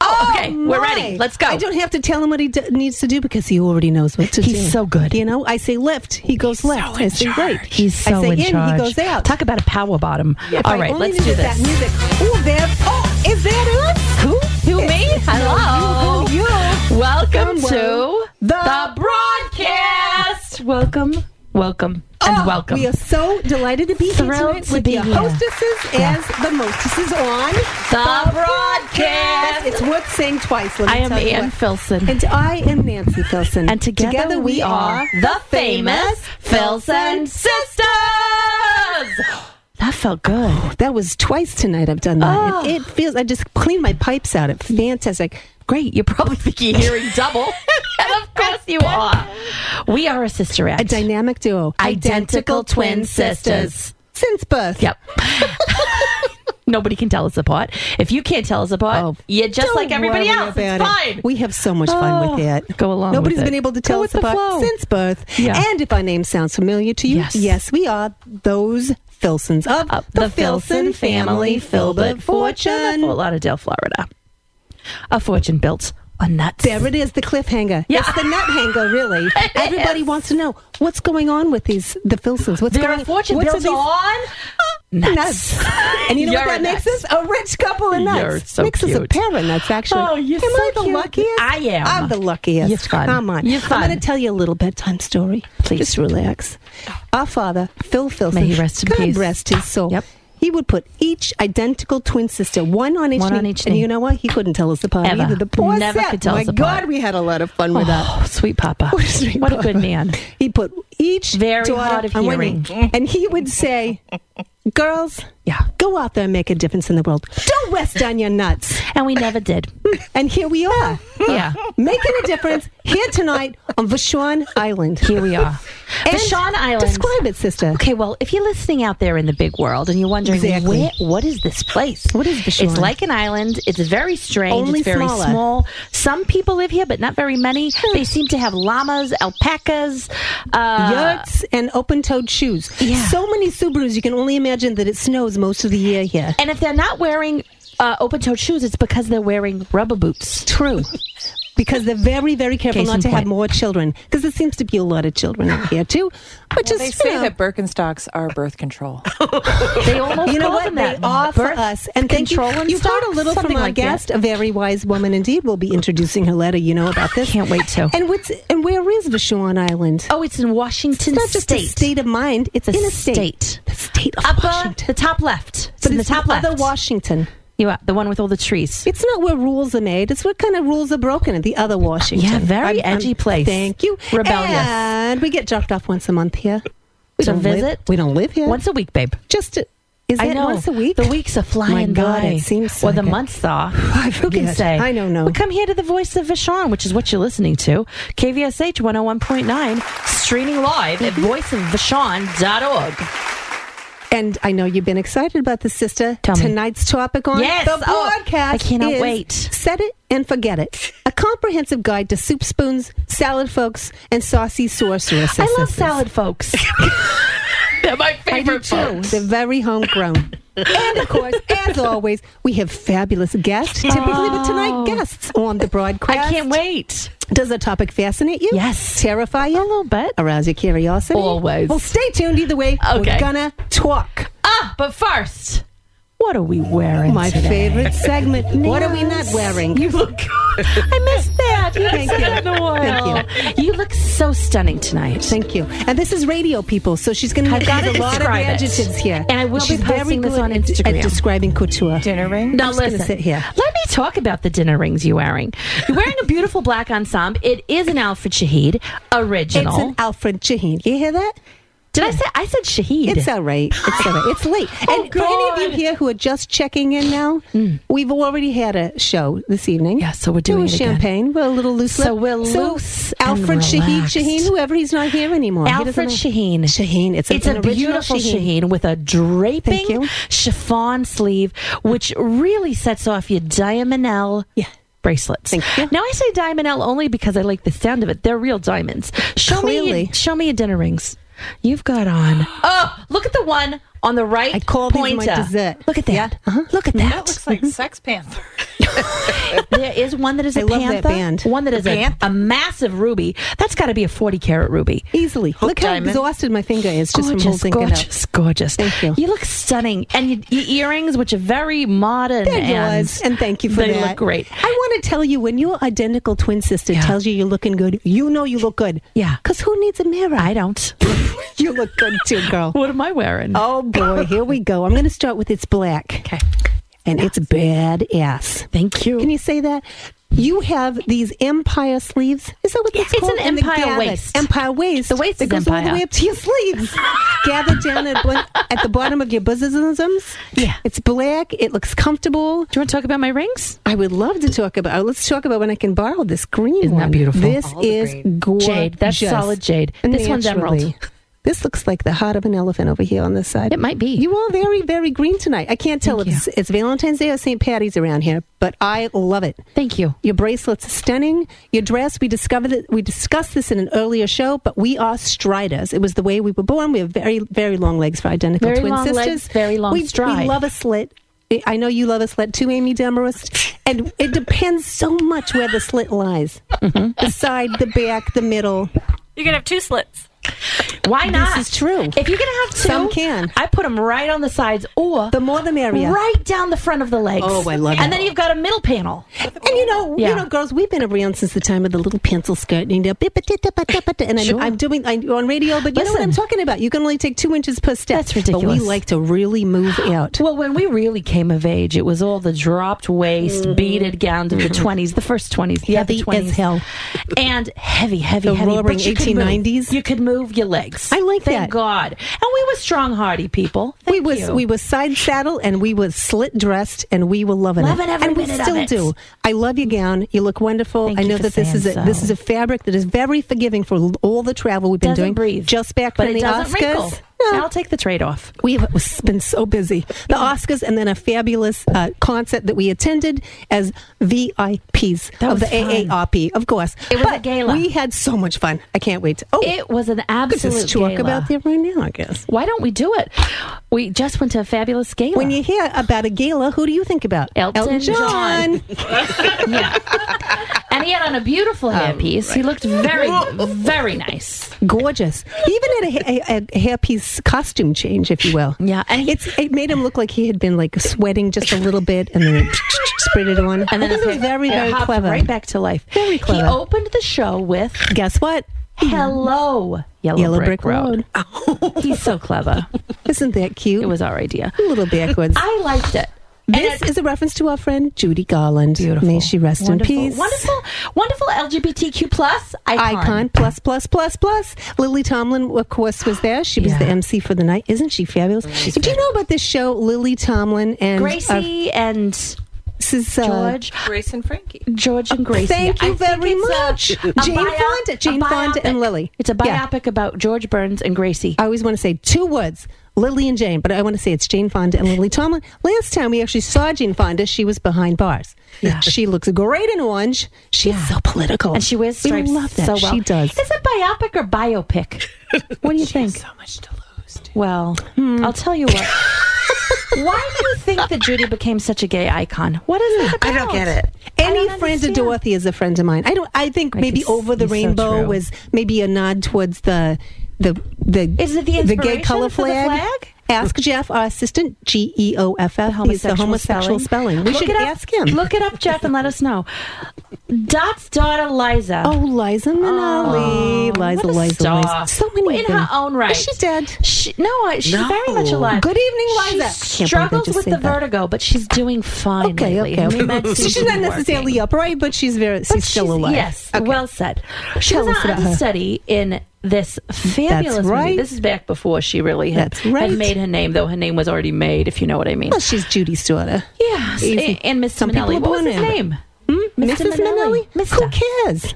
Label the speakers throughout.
Speaker 1: oh, okay, we're ready.
Speaker 2: Why?
Speaker 1: Let's go.
Speaker 2: I don't have to tell him what he d- needs to do because he already knows what to do.
Speaker 3: He's so good.
Speaker 2: You know, I say left, he goes left. I say right.
Speaker 3: He's so
Speaker 2: I say
Speaker 3: in, charge.
Speaker 2: he goes out.
Speaker 3: Talk about a power bottom.
Speaker 2: If
Speaker 3: All
Speaker 2: I
Speaker 3: right,
Speaker 2: only
Speaker 3: let's do
Speaker 2: knew
Speaker 3: this.
Speaker 2: That music. Oh, Bev. Oh, is that us? Who?
Speaker 1: Who, me? Hello.
Speaker 2: No, you. who, you.
Speaker 1: Welcome
Speaker 2: Hello.
Speaker 1: to the, broadcast. Welcome, welcome, and
Speaker 2: Oh,
Speaker 1: welcome.
Speaker 2: We are so delighted to be here
Speaker 3: Thrilled
Speaker 2: tonight
Speaker 3: to
Speaker 2: with
Speaker 3: be
Speaker 2: your
Speaker 3: here.
Speaker 2: hostesses as the mostesses on
Speaker 1: the broadcast.
Speaker 2: It's worth saying twice. Let me
Speaker 1: I am
Speaker 2: tell you
Speaker 1: Ann
Speaker 2: what.
Speaker 1: Filson.
Speaker 2: And I am Nancy Filson.
Speaker 3: And together we are
Speaker 1: the famous Filson sisters.
Speaker 3: That felt good.
Speaker 2: That was twice tonight I've done that.
Speaker 3: Ah.
Speaker 2: And It, feels, I just cleaned my pipes out. It's fantastic.
Speaker 3: Great. You're probably thinking you're hearing double.
Speaker 1: and of course you are.
Speaker 3: we are a sister act.
Speaker 2: A dynamic duo.
Speaker 3: Identical twin sisters.
Speaker 2: Since birth.
Speaker 3: Yep. Nobody can tell us apart. If you can't tell us apart,
Speaker 2: Oh,
Speaker 3: you're just
Speaker 2: Don't
Speaker 3: like everybody
Speaker 2: worry
Speaker 3: else.
Speaker 2: about
Speaker 3: It's
Speaker 2: it.
Speaker 3: fine.
Speaker 2: We have so much fun with
Speaker 3: Oh,
Speaker 2: that.
Speaker 3: go along with
Speaker 2: Nobody's
Speaker 3: it.
Speaker 2: been able to
Speaker 3: Go
Speaker 2: tell
Speaker 3: with
Speaker 2: us
Speaker 3: the
Speaker 2: apart
Speaker 3: flow.
Speaker 2: since birth.
Speaker 3: Yeah.
Speaker 2: And if our name sounds familiar to you,
Speaker 3: Yes.
Speaker 2: we are those Filsons of
Speaker 3: Uh, the, Filson family, Filbert fortune. Fort Lauderdale, Florida. A fortune built on nuts.
Speaker 2: There it is, the cliffhanger.
Speaker 3: Yeah.
Speaker 2: It's the nut hanger, really. Everybody
Speaker 3: is.
Speaker 2: wants to know what's going on with these the Filsons. What's
Speaker 3: They're
Speaker 2: going
Speaker 3: a fortune
Speaker 2: what's
Speaker 3: built
Speaker 2: with these
Speaker 3: on nuts.
Speaker 2: nuts? And you know what
Speaker 3: You're
Speaker 2: that
Speaker 3: a
Speaker 2: makes
Speaker 3: nut.
Speaker 2: us? A rich couple of nuts.
Speaker 3: You're so
Speaker 2: makes us a
Speaker 3: cute.
Speaker 2: pair of nuts, actually.
Speaker 3: Oh, you're
Speaker 2: Am
Speaker 3: so
Speaker 2: I the
Speaker 3: cute.
Speaker 2: luckiest?
Speaker 3: I am.
Speaker 2: I'm the luckiest.
Speaker 3: You're fun.
Speaker 2: Come on.
Speaker 3: You're fun.
Speaker 2: I'm going to tell you a little bedtime story.
Speaker 3: Please.
Speaker 2: Just relax. Our father, Phil Filson,
Speaker 3: May he rest in
Speaker 2: God
Speaker 3: peace.
Speaker 2: rest his soul.
Speaker 3: Yep.
Speaker 2: He would put each identical twin sister, one on each
Speaker 3: One
Speaker 2: knee.
Speaker 3: on each
Speaker 2: and
Speaker 3: knee.
Speaker 2: you know what? He couldn't tell us apart
Speaker 3: Ever.
Speaker 2: either. The poor
Speaker 3: Never
Speaker 2: set.
Speaker 3: could tell
Speaker 2: My
Speaker 3: us apart.
Speaker 2: God, we had a lot of fun with that.
Speaker 3: Oh, sweet Papa.
Speaker 2: Sweet
Speaker 3: what a
Speaker 2: Papa.
Speaker 3: good man.
Speaker 2: He put each
Speaker 3: Very
Speaker 2: daughter
Speaker 3: hard of
Speaker 2: on one knee, and he would say, "Girls,
Speaker 3: Yeah.
Speaker 2: go out there and make a difference in the world. Don't rest on your nuts."
Speaker 3: And we never did.
Speaker 2: And here we are,
Speaker 3: yeah.
Speaker 2: making a difference here tonight on Vashon Island.
Speaker 3: Here we are.
Speaker 2: And
Speaker 3: Vashon Island.
Speaker 2: Describe it, sister.
Speaker 3: Okay, well, if you're listening out there in the big world and you're wondering
Speaker 2: Exactly.
Speaker 3: where, what is this place?
Speaker 2: What is Vashon?
Speaker 3: It's like an island. It's very strange.
Speaker 2: Only
Speaker 3: it's very
Speaker 2: smaller.
Speaker 3: small. Some people live here, but not very many. They seem to have llamas, alpacas. Uh,
Speaker 2: Yurts and open-toed shoes.
Speaker 3: Yeah.
Speaker 2: So many Subarus. You can only imagine that it snows most of the year here.
Speaker 3: And if they're not wearing uh, open-toed shoes, it's because they're wearing rubber boots.
Speaker 2: True. Because they're very, very careful
Speaker 3: Case
Speaker 2: not
Speaker 3: in
Speaker 2: to have
Speaker 3: point.
Speaker 2: more children. Because there seems to be a lot of children out here too. Which is
Speaker 4: They
Speaker 2: you
Speaker 4: say
Speaker 2: know,
Speaker 4: that Birkenstocks are birth control.
Speaker 3: They almost
Speaker 2: You know
Speaker 3: call
Speaker 2: what?
Speaker 3: them
Speaker 2: They
Speaker 3: that.
Speaker 2: are for
Speaker 3: Birth
Speaker 2: us. And thank you.
Speaker 3: control and
Speaker 2: You've heard a
Speaker 3: stuff?
Speaker 2: little
Speaker 3: Something
Speaker 2: from our
Speaker 3: like that.
Speaker 2: guest, a very wise woman indeed. We'll be introducing her letter. You know about this.
Speaker 3: Can't wait to.
Speaker 2: And what's and where is Vashon Island?
Speaker 3: Oh, it's in Washington
Speaker 2: it's not just
Speaker 3: State.
Speaker 2: a state of mind. It's
Speaker 3: The
Speaker 2: in a state.
Speaker 3: state.
Speaker 2: The state of
Speaker 3: Upper,
Speaker 2: Washington.
Speaker 3: the top left. It's
Speaker 2: But
Speaker 3: in the
Speaker 2: it's
Speaker 3: top
Speaker 2: the
Speaker 3: left.
Speaker 2: other Washington.
Speaker 3: You are the one with all the trees.
Speaker 2: It's not where rules are made. It's what kind of rules are broken. The other Washington.
Speaker 3: Yeah, very edgy place.
Speaker 2: Thank you.
Speaker 3: Rebellious.
Speaker 2: And we get dropped off once a month here. We
Speaker 3: To
Speaker 2: don't Live,
Speaker 3: visit?
Speaker 2: we don't live here.
Speaker 3: Once a week, babe.
Speaker 2: just to, is
Speaker 3: I
Speaker 2: it
Speaker 3: know.
Speaker 2: once a week?
Speaker 3: The weeks are
Speaker 2: My
Speaker 3: flying
Speaker 2: God,
Speaker 3: by.
Speaker 2: it seems so
Speaker 3: Or the
Speaker 2: good.
Speaker 3: months are.
Speaker 2: I
Speaker 3: Who can
Speaker 2: forget.
Speaker 3: say?
Speaker 2: I don't know.
Speaker 3: But come here to the voice of Vashon, which is what you're listening to. KVSH 101.9, streaming live at
Speaker 2: Mm-hmm.
Speaker 3: voiceofvashon.org.
Speaker 2: And I know you've been excited about this, sister.
Speaker 3: Tell me.
Speaker 2: Tonight's topic on
Speaker 3: Yes.
Speaker 2: the
Speaker 3: Oh,
Speaker 2: broadcast.
Speaker 3: I cannot
Speaker 2: is
Speaker 3: wait.
Speaker 2: Set it and forget it. A comprehensive guide to soup spoons, salad folks, and saucy sorceresses.
Speaker 3: I love salad folks. They're my
Speaker 2: I do
Speaker 3: favorite
Speaker 2: too.
Speaker 3: folks.
Speaker 2: They're very homegrown. and of course, as always, we have fabulous guests, typically the tonight guests on the
Speaker 3: Oh. I
Speaker 2: broadcast.
Speaker 3: can't wait.
Speaker 2: Does the topic fascinate you?
Speaker 3: Yes.
Speaker 2: Terrify you?
Speaker 3: A little bit.
Speaker 2: Arouse your curiosity?
Speaker 3: Always.
Speaker 2: Well, stay tuned either way. We're
Speaker 3: Okay.
Speaker 2: gonna talk.
Speaker 3: Ah, but first, what are we wearing?
Speaker 2: My
Speaker 3: today?
Speaker 2: favorite segment. What are we not wearing?
Speaker 3: You look. I missed that. You
Speaker 2: Thank
Speaker 3: haven't
Speaker 2: you.
Speaker 3: said that in a while.
Speaker 2: Thank
Speaker 3: you. look so stunning tonight.
Speaker 2: Thank you. And this is radio people, so she's going to
Speaker 3: I've
Speaker 2: use
Speaker 3: gotta
Speaker 2: a lot of
Speaker 3: describe it.
Speaker 2: adjectives here.
Speaker 3: And I will be
Speaker 2: she's
Speaker 3: posting
Speaker 2: very
Speaker 3: this
Speaker 2: good
Speaker 3: on
Speaker 2: at-
Speaker 3: Instagram.
Speaker 2: At describing couture.
Speaker 4: Dinner ring?
Speaker 3: Now
Speaker 2: just gonna
Speaker 3: listen.
Speaker 2: sit here.
Speaker 3: Let me talk about the dinner rings you're wearing. You're wearing a beautiful black ensemble. It is an Alfred Shahid
Speaker 2: It's
Speaker 3: original.
Speaker 2: an Alfred Shaheen. You hear that?
Speaker 3: Did I say I said Shahid?
Speaker 2: It's all right. It's all right. It's late.
Speaker 3: Oh,
Speaker 2: and for any of
Speaker 3: God. Mm.
Speaker 2: you here who are just checking in now, we've already had a show this evening.
Speaker 3: Yeah, so we're doing
Speaker 2: was
Speaker 3: it again.
Speaker 2: champagne. We're a little loose.
Speaker 3: So
Speaker 2: lip.
Speaker 3: we're loose and
Speaker 2: Alfred Shaheen,
Speaker 3: relaxed.
Speaker 2: Shaheen, whoever he's not here anymore. He doesn't
Speaker 3: Alfred
Speaker 2: know.
Speaker 3: Shaheen.
Speaker 2: Shaheen. It's, a-
Speaker 3: It's a
Speaker 2: an original
Speaker 3: beautiful
Speaker 2: Shaheen.
Speaker 3: shaheen. with a draping
Speaker 2: you.
Speaker 3: chiffon sleeve, which really sets off your diamondel
Speaker 2: Yeah.
Speaker 3: bracelets.
Speaker 2: Thank you.
Speaker 3: Now I say diamondel only because I like the sound of it. They're real diamonds. Show me,
Speaker 2: Clearly.
Speaker 3: your, show me your dinner rings. You've got on. Oh, look at the one on the right
Speaker 2: I call these my
Speaker 3: pointer.
Speaker 2: dessert.
Speaker 3: Look at that.
Speaker 2: Yeah. Uh-huh.
Speaker 3: Look at
Speaker 4: That
Speaker 3: that.
Speaker 4: looks like Sex Panther.
Speaker 3: there is one that is a
Speaker 2: I love
Speaker 3: panther.
Speaker 2: that band.
Speaker 3: One that is a, a massive ruby. That's got to be a 40 karat ruby.
Speaker 2: Easily. Look how
Speaker 4: diamond.
Speaker 2: exhausted my finger is just from
Speaker 3: Gorgeous,
Speaker 2: holding it up.
Speaker 3: gorgeous, gorgeous.
Speaker 2: Thank you.
Speaker 3: You look stunning, and you, your earrings, which are very modern.
Speaker 2: They're
Speaker 3: and,
Speaker 2: yours, and thank you for
Speaker 3: they
Speaker 2: that.
Speaker 3: look great.
Speaker 2: I want to tell you when your identical twin sister
Speaker 3: Yeah.
Speaker 2: tells you you're looking good, you know you look good.
Speaker 3: Yeah.
Speaker 2: Because who needs a mirror?
Speaker 3: I don't.
Speaker 2: you look good too, girl.
Speaker 3: What am I wearing?
Speaker 2: Oh boy, here we go. I'm going to start with it's black.
Speaker 3: Okay.
Speaker 2: And it's bad ass.
Speaker 3: Thank you.
Speaker 2: Can you say that? You have these empire sleeves. Is that what
Speaker 3: Yeah,
Speaker 2: that's
Speaker 3: it's
Speaker 2: called?
Speaker 3: an
Speaker 2: And the
Speaker 3: empire
Speaker 2: gathered-
Speaker 3: waist.
Speaker 2: Empire waist.
Speaker 3: The waist
Speaker 2: that
Speaker 3: is
Speaker 2: goes all
Speaker 3: empire.
Speaker 2: the way up to your sleeves. Gathered down at, bl- at the bottom of your bosoms.
Speaker 3: Yeah.
Speaker 2: It's black. It looks comfortable.
Speaker 3: Do you want to talk about my rings?
Speaker 2: I would love to talk about. Let's talk about when I can borrow this green
Speaker 3: Isn't that
Speaker 2: one.
Speaker 3: beautiful?
Speaker 2: This
Speaker 3: All the
Speaker 2: is gorgeous.
Speaker 3: Jade. That's solid jade. This one's
Speaker 2: Naturally.
Speaker 3: emerald.
Speaker 2: This looks like the heart of an elephant over here on this side.
Speaker 3: It might be.
Speaker 2: You are very, very green tonight. I can't tell
Speaker 3: Thank
Speaker 2: if it's, it's Valentine's Day or St. Patty's around here, but I love it.
Speaker 3: Thank you.
Speaker 2: Your bracelet's stunning. Your dress, we discovered it, we discussed this in an earlier show, but we are striders. It was the way we were born. We have very, very long legs for identical
Speaker 3: Very
Speaker 2: twin
Speaker 3: long
Speaker 2: sisters.
Speaker 3: legs, very long
Speaker 2: we,
Speaker 3: stride.
Speaker 2: We love a slit. I- I know you love a slit too, Amy Demarest. And it depends so much where the slit lies
Speaker 3: Mm-hmm.
Speaker 2: the side, the back, the middle.
Speaker 5: You could have two slits.
Speaker 3: Why not?
Speaker 2: is true.
Speaker 3: If you're gonna have two,
Speaker 2: Some can.
Speaker 3: I put them right on the sides or
Speaker 2: The more the merrier.
Speaker 3: right down the front of the legs.
Speaker 2: Oh, I love
Speaker 3: And
Speaker 2: it.
Speaker 3: then you've got a middle panel.
Speaker 2: And you know,
Speaker 3: Yeah.
Speaker 2: you know, girls, we've been around since the time of the little pencil skirt, and, you know, bip, bit, bit, bit, bit, bit, and I'm,
Speaker 3: Sure.
Speaker 2: I'm doing I'm on radio, but you know what I'm
Speaker 3: Listen.
Speaker 2: talking about. You can only take two inches per step.
Speaker 3: That's
Speaker 2: But
Speaker 3: ridiculous.
Speaker 2: we like to really move out.
Speaker 3: Well, when we really came of age, it was all the dropped waist, beaded gowns of the 20s, the first 20s, the
Speaker 2: Mm-hmm. Heavy
Speaker 3: other 20s.
Speaker 2: as hell.
Speaker 3: And heavy, heavy,
Speaker 2: The
Speaker 3: heavy. but
Speaker 2: roaring
Speaker 3: you could
Speaker 2: 1890s.
Speaker 3: move. You could move your legs.
Speaker 2: I like
Speaker 3: Thank
Speaker 2: that.
Speaker 3: God. And we were strong, hardy people.
Speaker 2: we
Speaker 3: Thank
Speaker 2: was
Speaker 3: you.
Speaker 2: we was side saddle and we was slit dressed and we were loving
Speaker 3: Loving
Speaker 2: it
Speaker 3: every
Speaker 2: and we
Speaker 3: minute of
Speaker 2: still
Speaker 3: it.
Speaker 2: do. I love your gown. You look wonderful.
Speaker 3: Thank
Speaker 2: I
Speaker 3: you
Speaker 2: know
Speaker 3: for
Speaker 2: that this
Speaker 3: saying
Speaker 2: is a this
Speaker 3: so.
Speaker 2: is a fabric that is very forgiving for l- all the travel we've been
Speaker 3: doesn't
Speaker 2: doing.
Speaker 3: breathe.
Speaker 2: Just back
Speaker 3: but
Speaker 2: from
Speaker 3: it
Speaker 2: the
Speaker 3: doesn't
Speaker 2: Oscars.
Speaker 3: Wrinkle.
Speaker 2: No.
Speaker 3: I'll take the trade off.
Speaker 2: We've been so busy. The Oscars and then a fabulous uh, concert that we attended as VIPs
Speaker 3: That
Speaker 2: of the
Speaker 3: was fun.
Speaker 2: AARP, of course.
Speaker 3: It was a
Speaker 2: But
Speaker 3: gala.
Speaker 2: We had so much fun. I can't wait. To, oh,
Speaker 3: It was an
Speaker 2: we could
Speaker 3: absolute
Speaker 2: just talk
Speaker 3: gala.
Speaker 2: about that right now, I guess.
Speaker 3: Why don't we do it? We just went to a fabulous gala.
Speaker 2: When you hear about a gala, who do you think about?
Speaker 3: Elton
Speaker 2: John.
Speaker 3: yeah. And he had on a
Speaker 2: Oh,
Speaker 3: beautiful hairpiece. He looked very, very nice.
Speaker 2: Gorgeous. He even had a, ha- a, a hairpiece costume change, if you will.
Speaker 3: Yeah, and he-
Speaker 2: it's, it made him look like he had been like sweating just a little bit and then sprayed it on. And
Speaker 3: And
Speaker 2: then
Speaker 3: then
Speaker 2: it was
Speaker 3: his hair-
Speaker 2: very,
Speaker 3: it
Speaker 2: very
Speaker 3: hopped
Speaker 2: clever.
Speaker 3: Right back to life.
Speaker 2: Very clever.
Speaker 3: He opened the show with
Speaker 2: Guess what?
Speaker 3: "Hello, Yellow,
Speaker 2: Yellow
Speaker 3: Brick,
Speaker 2: Brick Road. Ah,
Speaker 3: Road." He's so clever.
Speaker 2: Isn't that cute?
Speaker 3: It was our idea.
Speaker 2: a little backwards.
Speaker 3: I liked it. And
Speaker 2: this
Speaker 3: it-
Speaker 2: is a reference to our friend Judy Garland. May she rest
Speaker 3: wonderful,
Speaker 2: in peace.
Speaker 3: Wonderful, wonderful LGBTQ plus icon.
Speaker 2: Icon plus plus plus plus. Lily Tomlin, of course, was there. She was
Speaker 3: Yeah.
Speaker 2: the MC for the night. Isn't she fabulous? Do you know about this show, Lily Tomlin and
Speaker 3: Gracie and
Speaker 2: uh, this is, uh,
Speaker 3: George,
Speaker 4: Grace and Frankie.
Speaker 3: George and Gracie.
Speaker 2: Thank you
Speaker 3: I think
Speaker 2: very
Speaker 3: it's a-
Speaker 2: much.
Speaker 3: a
Speaker 2: Jane
Speaker 3: bio-
Speaker 2: Fonda,
Speaker 3: a
Speaker 2: Jane Fonda, and
Speaker 3: biopic.
Speaker 2: Lily.
Speaker 3: It's a
Speaker 2: Yeah.
Speaker 3: biopic about George Burns and Gracie.
Speaker 2: I always want to say two words, Lily and Jane, but I want to say it's Jane Fonda and Lily Tomlin. Last time we actually saw Jane Fonda, she was behind bars.
Speaker 3: Yeah.
Speaker 2: She looks great in orange. She's so political.
Speaker 3: and she wears stripes
Speaker 2: we love that.
Speaker 3: so well.
Speaker 2: She does.
Speaker 3: Is it biopic or biopic? What do you think?
Speaker 4: So much to lose. dude.
Speaker 3: Well,
Speaker 2: Hmm.
Speaker 3: I'll tell you what. Why do you think that Judy became such a gay icon? What is that about?
Speaker 4: I don't get it.
Speaker 2: Any
Speaker 3: don't
Speaker 2: friend of
Speaker 3: understand.
Speaker 2: Dorothy is a friend of mine. I don't. I think maybe
Speaker 3: it's-
Speaker 2: over the
Speaker 3: it's so
Speaker 2: rainbow
Speaker 3: true.
Speaker 2: was maybe a nod towards the the the
Speaker 3: Is it the
Speaker 2: gay
Speaker 3: inspiration
Speaker 2: color
Speaker 3: for the
Speaker 2: flag.
Speaker 3: flag?
Speaker 2: Ask Jeff, our assistant, G E O F F. He's the homosexual spelling. We
Speaker 3: Look
Speaker 2: should
Speaker 3: it up.
Speaker 2: ask him.
Speaker 3: Look it up, Jeff, and let us know. Dot's daughter, Liza.
Speaker 2: Oh, Liza Minnelli. Liza,
Speaker 3: Oh, what a
Speaker 2: Liza,
Speaker 3: star.
Speaker 2: Liza. So many
Speaker 3: in
Speaker 2: of them.
Speaker 3: her own right.
Speaker 2: Is she dead?
Speaker 3: She, no, I- she's
Speaker 4: No.
Speaker 3: very much alive.
Speaker 2: Good evening,
Speaker 3: She
Speaker 2: Liza. I can't believe I
Speaker 3: struggles
Speaker 2: just
Speaker 3: with the
Speaker 2: said that.
Speaker 3: vertigo, but she's doing fine.
Speaker 2: Okay,
Speaker 3: lately.
Speaker 2: okay.
Speaker 3: I mean, that seems
Speaker 2: she's
Speaker 3: to
Speaker 2: not
Speaker 3: be
Speaker 2: necessarily
Speaker 3: working.
Speaker 2: upright, but she's very. She's
Speaker 3: But
Speaker 2: still
Speaker 3: she's-
Speaker 2: alive.
Speaker 3: Yes,
Speaker 2: Okay.
Speaker 3: well said. She
Speaker 2: Tell
Speaker 3: was
Speaker 2: us
Speaker 3: an
Speaker 2: about her.
Speaker 3: understudy in this fabulous
Speaker 2: That's right.
Speaker 3: movie. This is back before she really had,
Speaker 2: That's right.
Speaker 3: had made her name, though her name was already made, if you know what I mean.
Speaker 2: Well, she's Judy's daughter.
Speaker 3: Yes,
Speaker 2: Easy.
Speaker 3: and, and Mr.
Speaker 2: Some people
Speaker 3: Minnelli.
Speaker 2: are
Speaker 3: What was
Speaker 2: born
Speaker 3: his
Speaker 2: in it. Hmm?
Speaker 3: name?
Speaker 2: Mrs. Minnelli? Who
Speaker 3: Mr.
Speaker 2: cares?
Speaker 3: It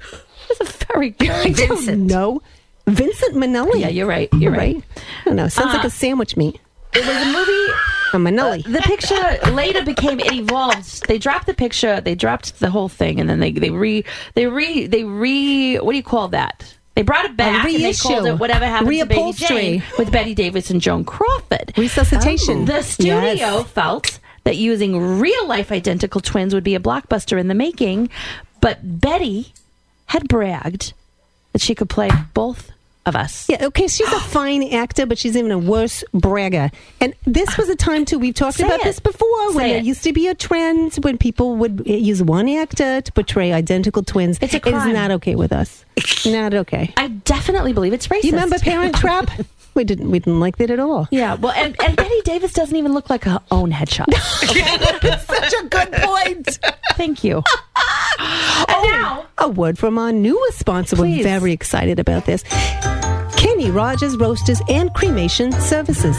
Speaker 3: was a very good.
Speaker 4: Vincent.
Speaker 2: No. Vincent Minnelli.
Speaker 3: Yeah, you're right. You're
Speaker 2: All
Speaker 3: right. Uh,
Speaker 2: I don't know. Sounds like a sandwich meat.
Speaker 3: It was a movie.
Speaker 2: A Minnelli.
Speaker 3: The picture later became it evolved. They dropped the picture. They dropped the whole thing, and then they they re they re they re what do you call that? They brought it back and they
Speaker 2: reissue.
Speaker 3: called it Whatever Happened to Baby
Speaker 2: Reupholstery.
Speaker 3: Jane with Betty Davis and Joan Crawford.
Speaker 2: Resuscitation.
Speaker 3: The studio
Speaker 2: Yes.
Speaker 3: felt that using real life identical twins would be a blockbuster in the making, but Betty had bragged that she could play both of us.
Speaker 2: Yeah, okay, she's a fine actor, but she's even a worse bragger. And this was a time, too, we've talked
Speaker 3: Say
Speaker 2: about
Speaker 3: it.
Speaker 2: this before, when
Speaker 3: Say
Speaker 2: there
Speaker 3: it.
Speaker 2: used to be a trend when people would uh, use one actor to portray identical twins.
Speaker 3: It's a
Speaker 2: It
Speaker 3: crime.
Speaker 2: is not okay with us. not okay.
Speaker 3: I definitely believe it's racist.
Speaker 2: You remember Parent Trap? We didn't, we didn't like that at all.
Speaker 3: Yeah, well, and, and Betty Davis doesn't even look like her own headshot.
Speaker 2: Such a good point.
Speaker 3: Thank you. And now,
Speaker 2: Oh, a word from our newest sponsor.
Speaker 3: Please.
Speaker 2: We're very excited about this. Kenny Rogers Roasters and Cremation Services.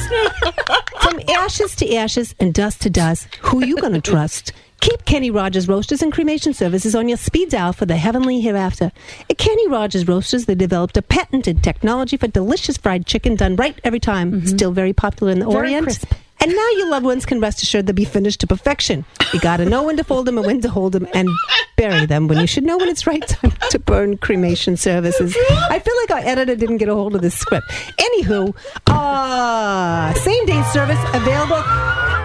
Speaker 2: From ashes to ashes and dust to dust, who you gonna trust? Keep Kenny Rogers Roasters and Cremation Services on your speed dial for the heavenly hereafter. At Kenny Rogers Roasters, they developed a patented technology for delicious fried chicken done right every time. Still very popular in the
Speaker 3: Mm-hmm. Very
Speaker 2: Orient.
Speaker 3: crisp.
Speaker 2: And now your loved ones can rest assured they'll be finished to perfection. You gotta know when to fold them and when to hold them and bury them when you should know when it's right time to burn cremation services. I feel like our editor didn't get a hold of this script. Anywho, uh, same day service available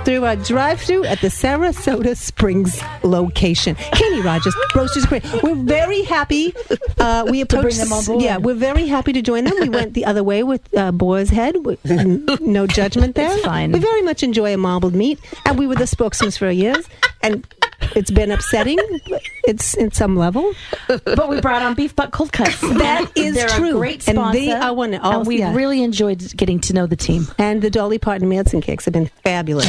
Speaker 2: through our drive through at the Sarasota Springs location. Kenny Rogers, Roasters Great. We're very happy. Uh, we approached,
Speaker 4: them on board.
Speaker 2: Yeah, we're very happy to join them. We went the other way with uh, Boar's Head. We- No judgment there.
Speaker 3: It's fine.
Speaker 2: We very much enjoy a marbled meat, and we were the spokesmen for years, and it's been upsetting. It's in some level.
Speaker 3: but we brought on beef butt cold cuts.
Speaker 2: That is
Speaker 3: They're a
Speaker 2: true.
Speaker 3: great
Speaker 2: And
Speaker 3: sponsor,
Speaker 2: they are one of-
Speaker 3: and we
Speaker 2: yeah.
Speaker 3: really enjoyed getting to know the team.
Speaker 2: And the Dolly Parton Manson cakes have been fabulous.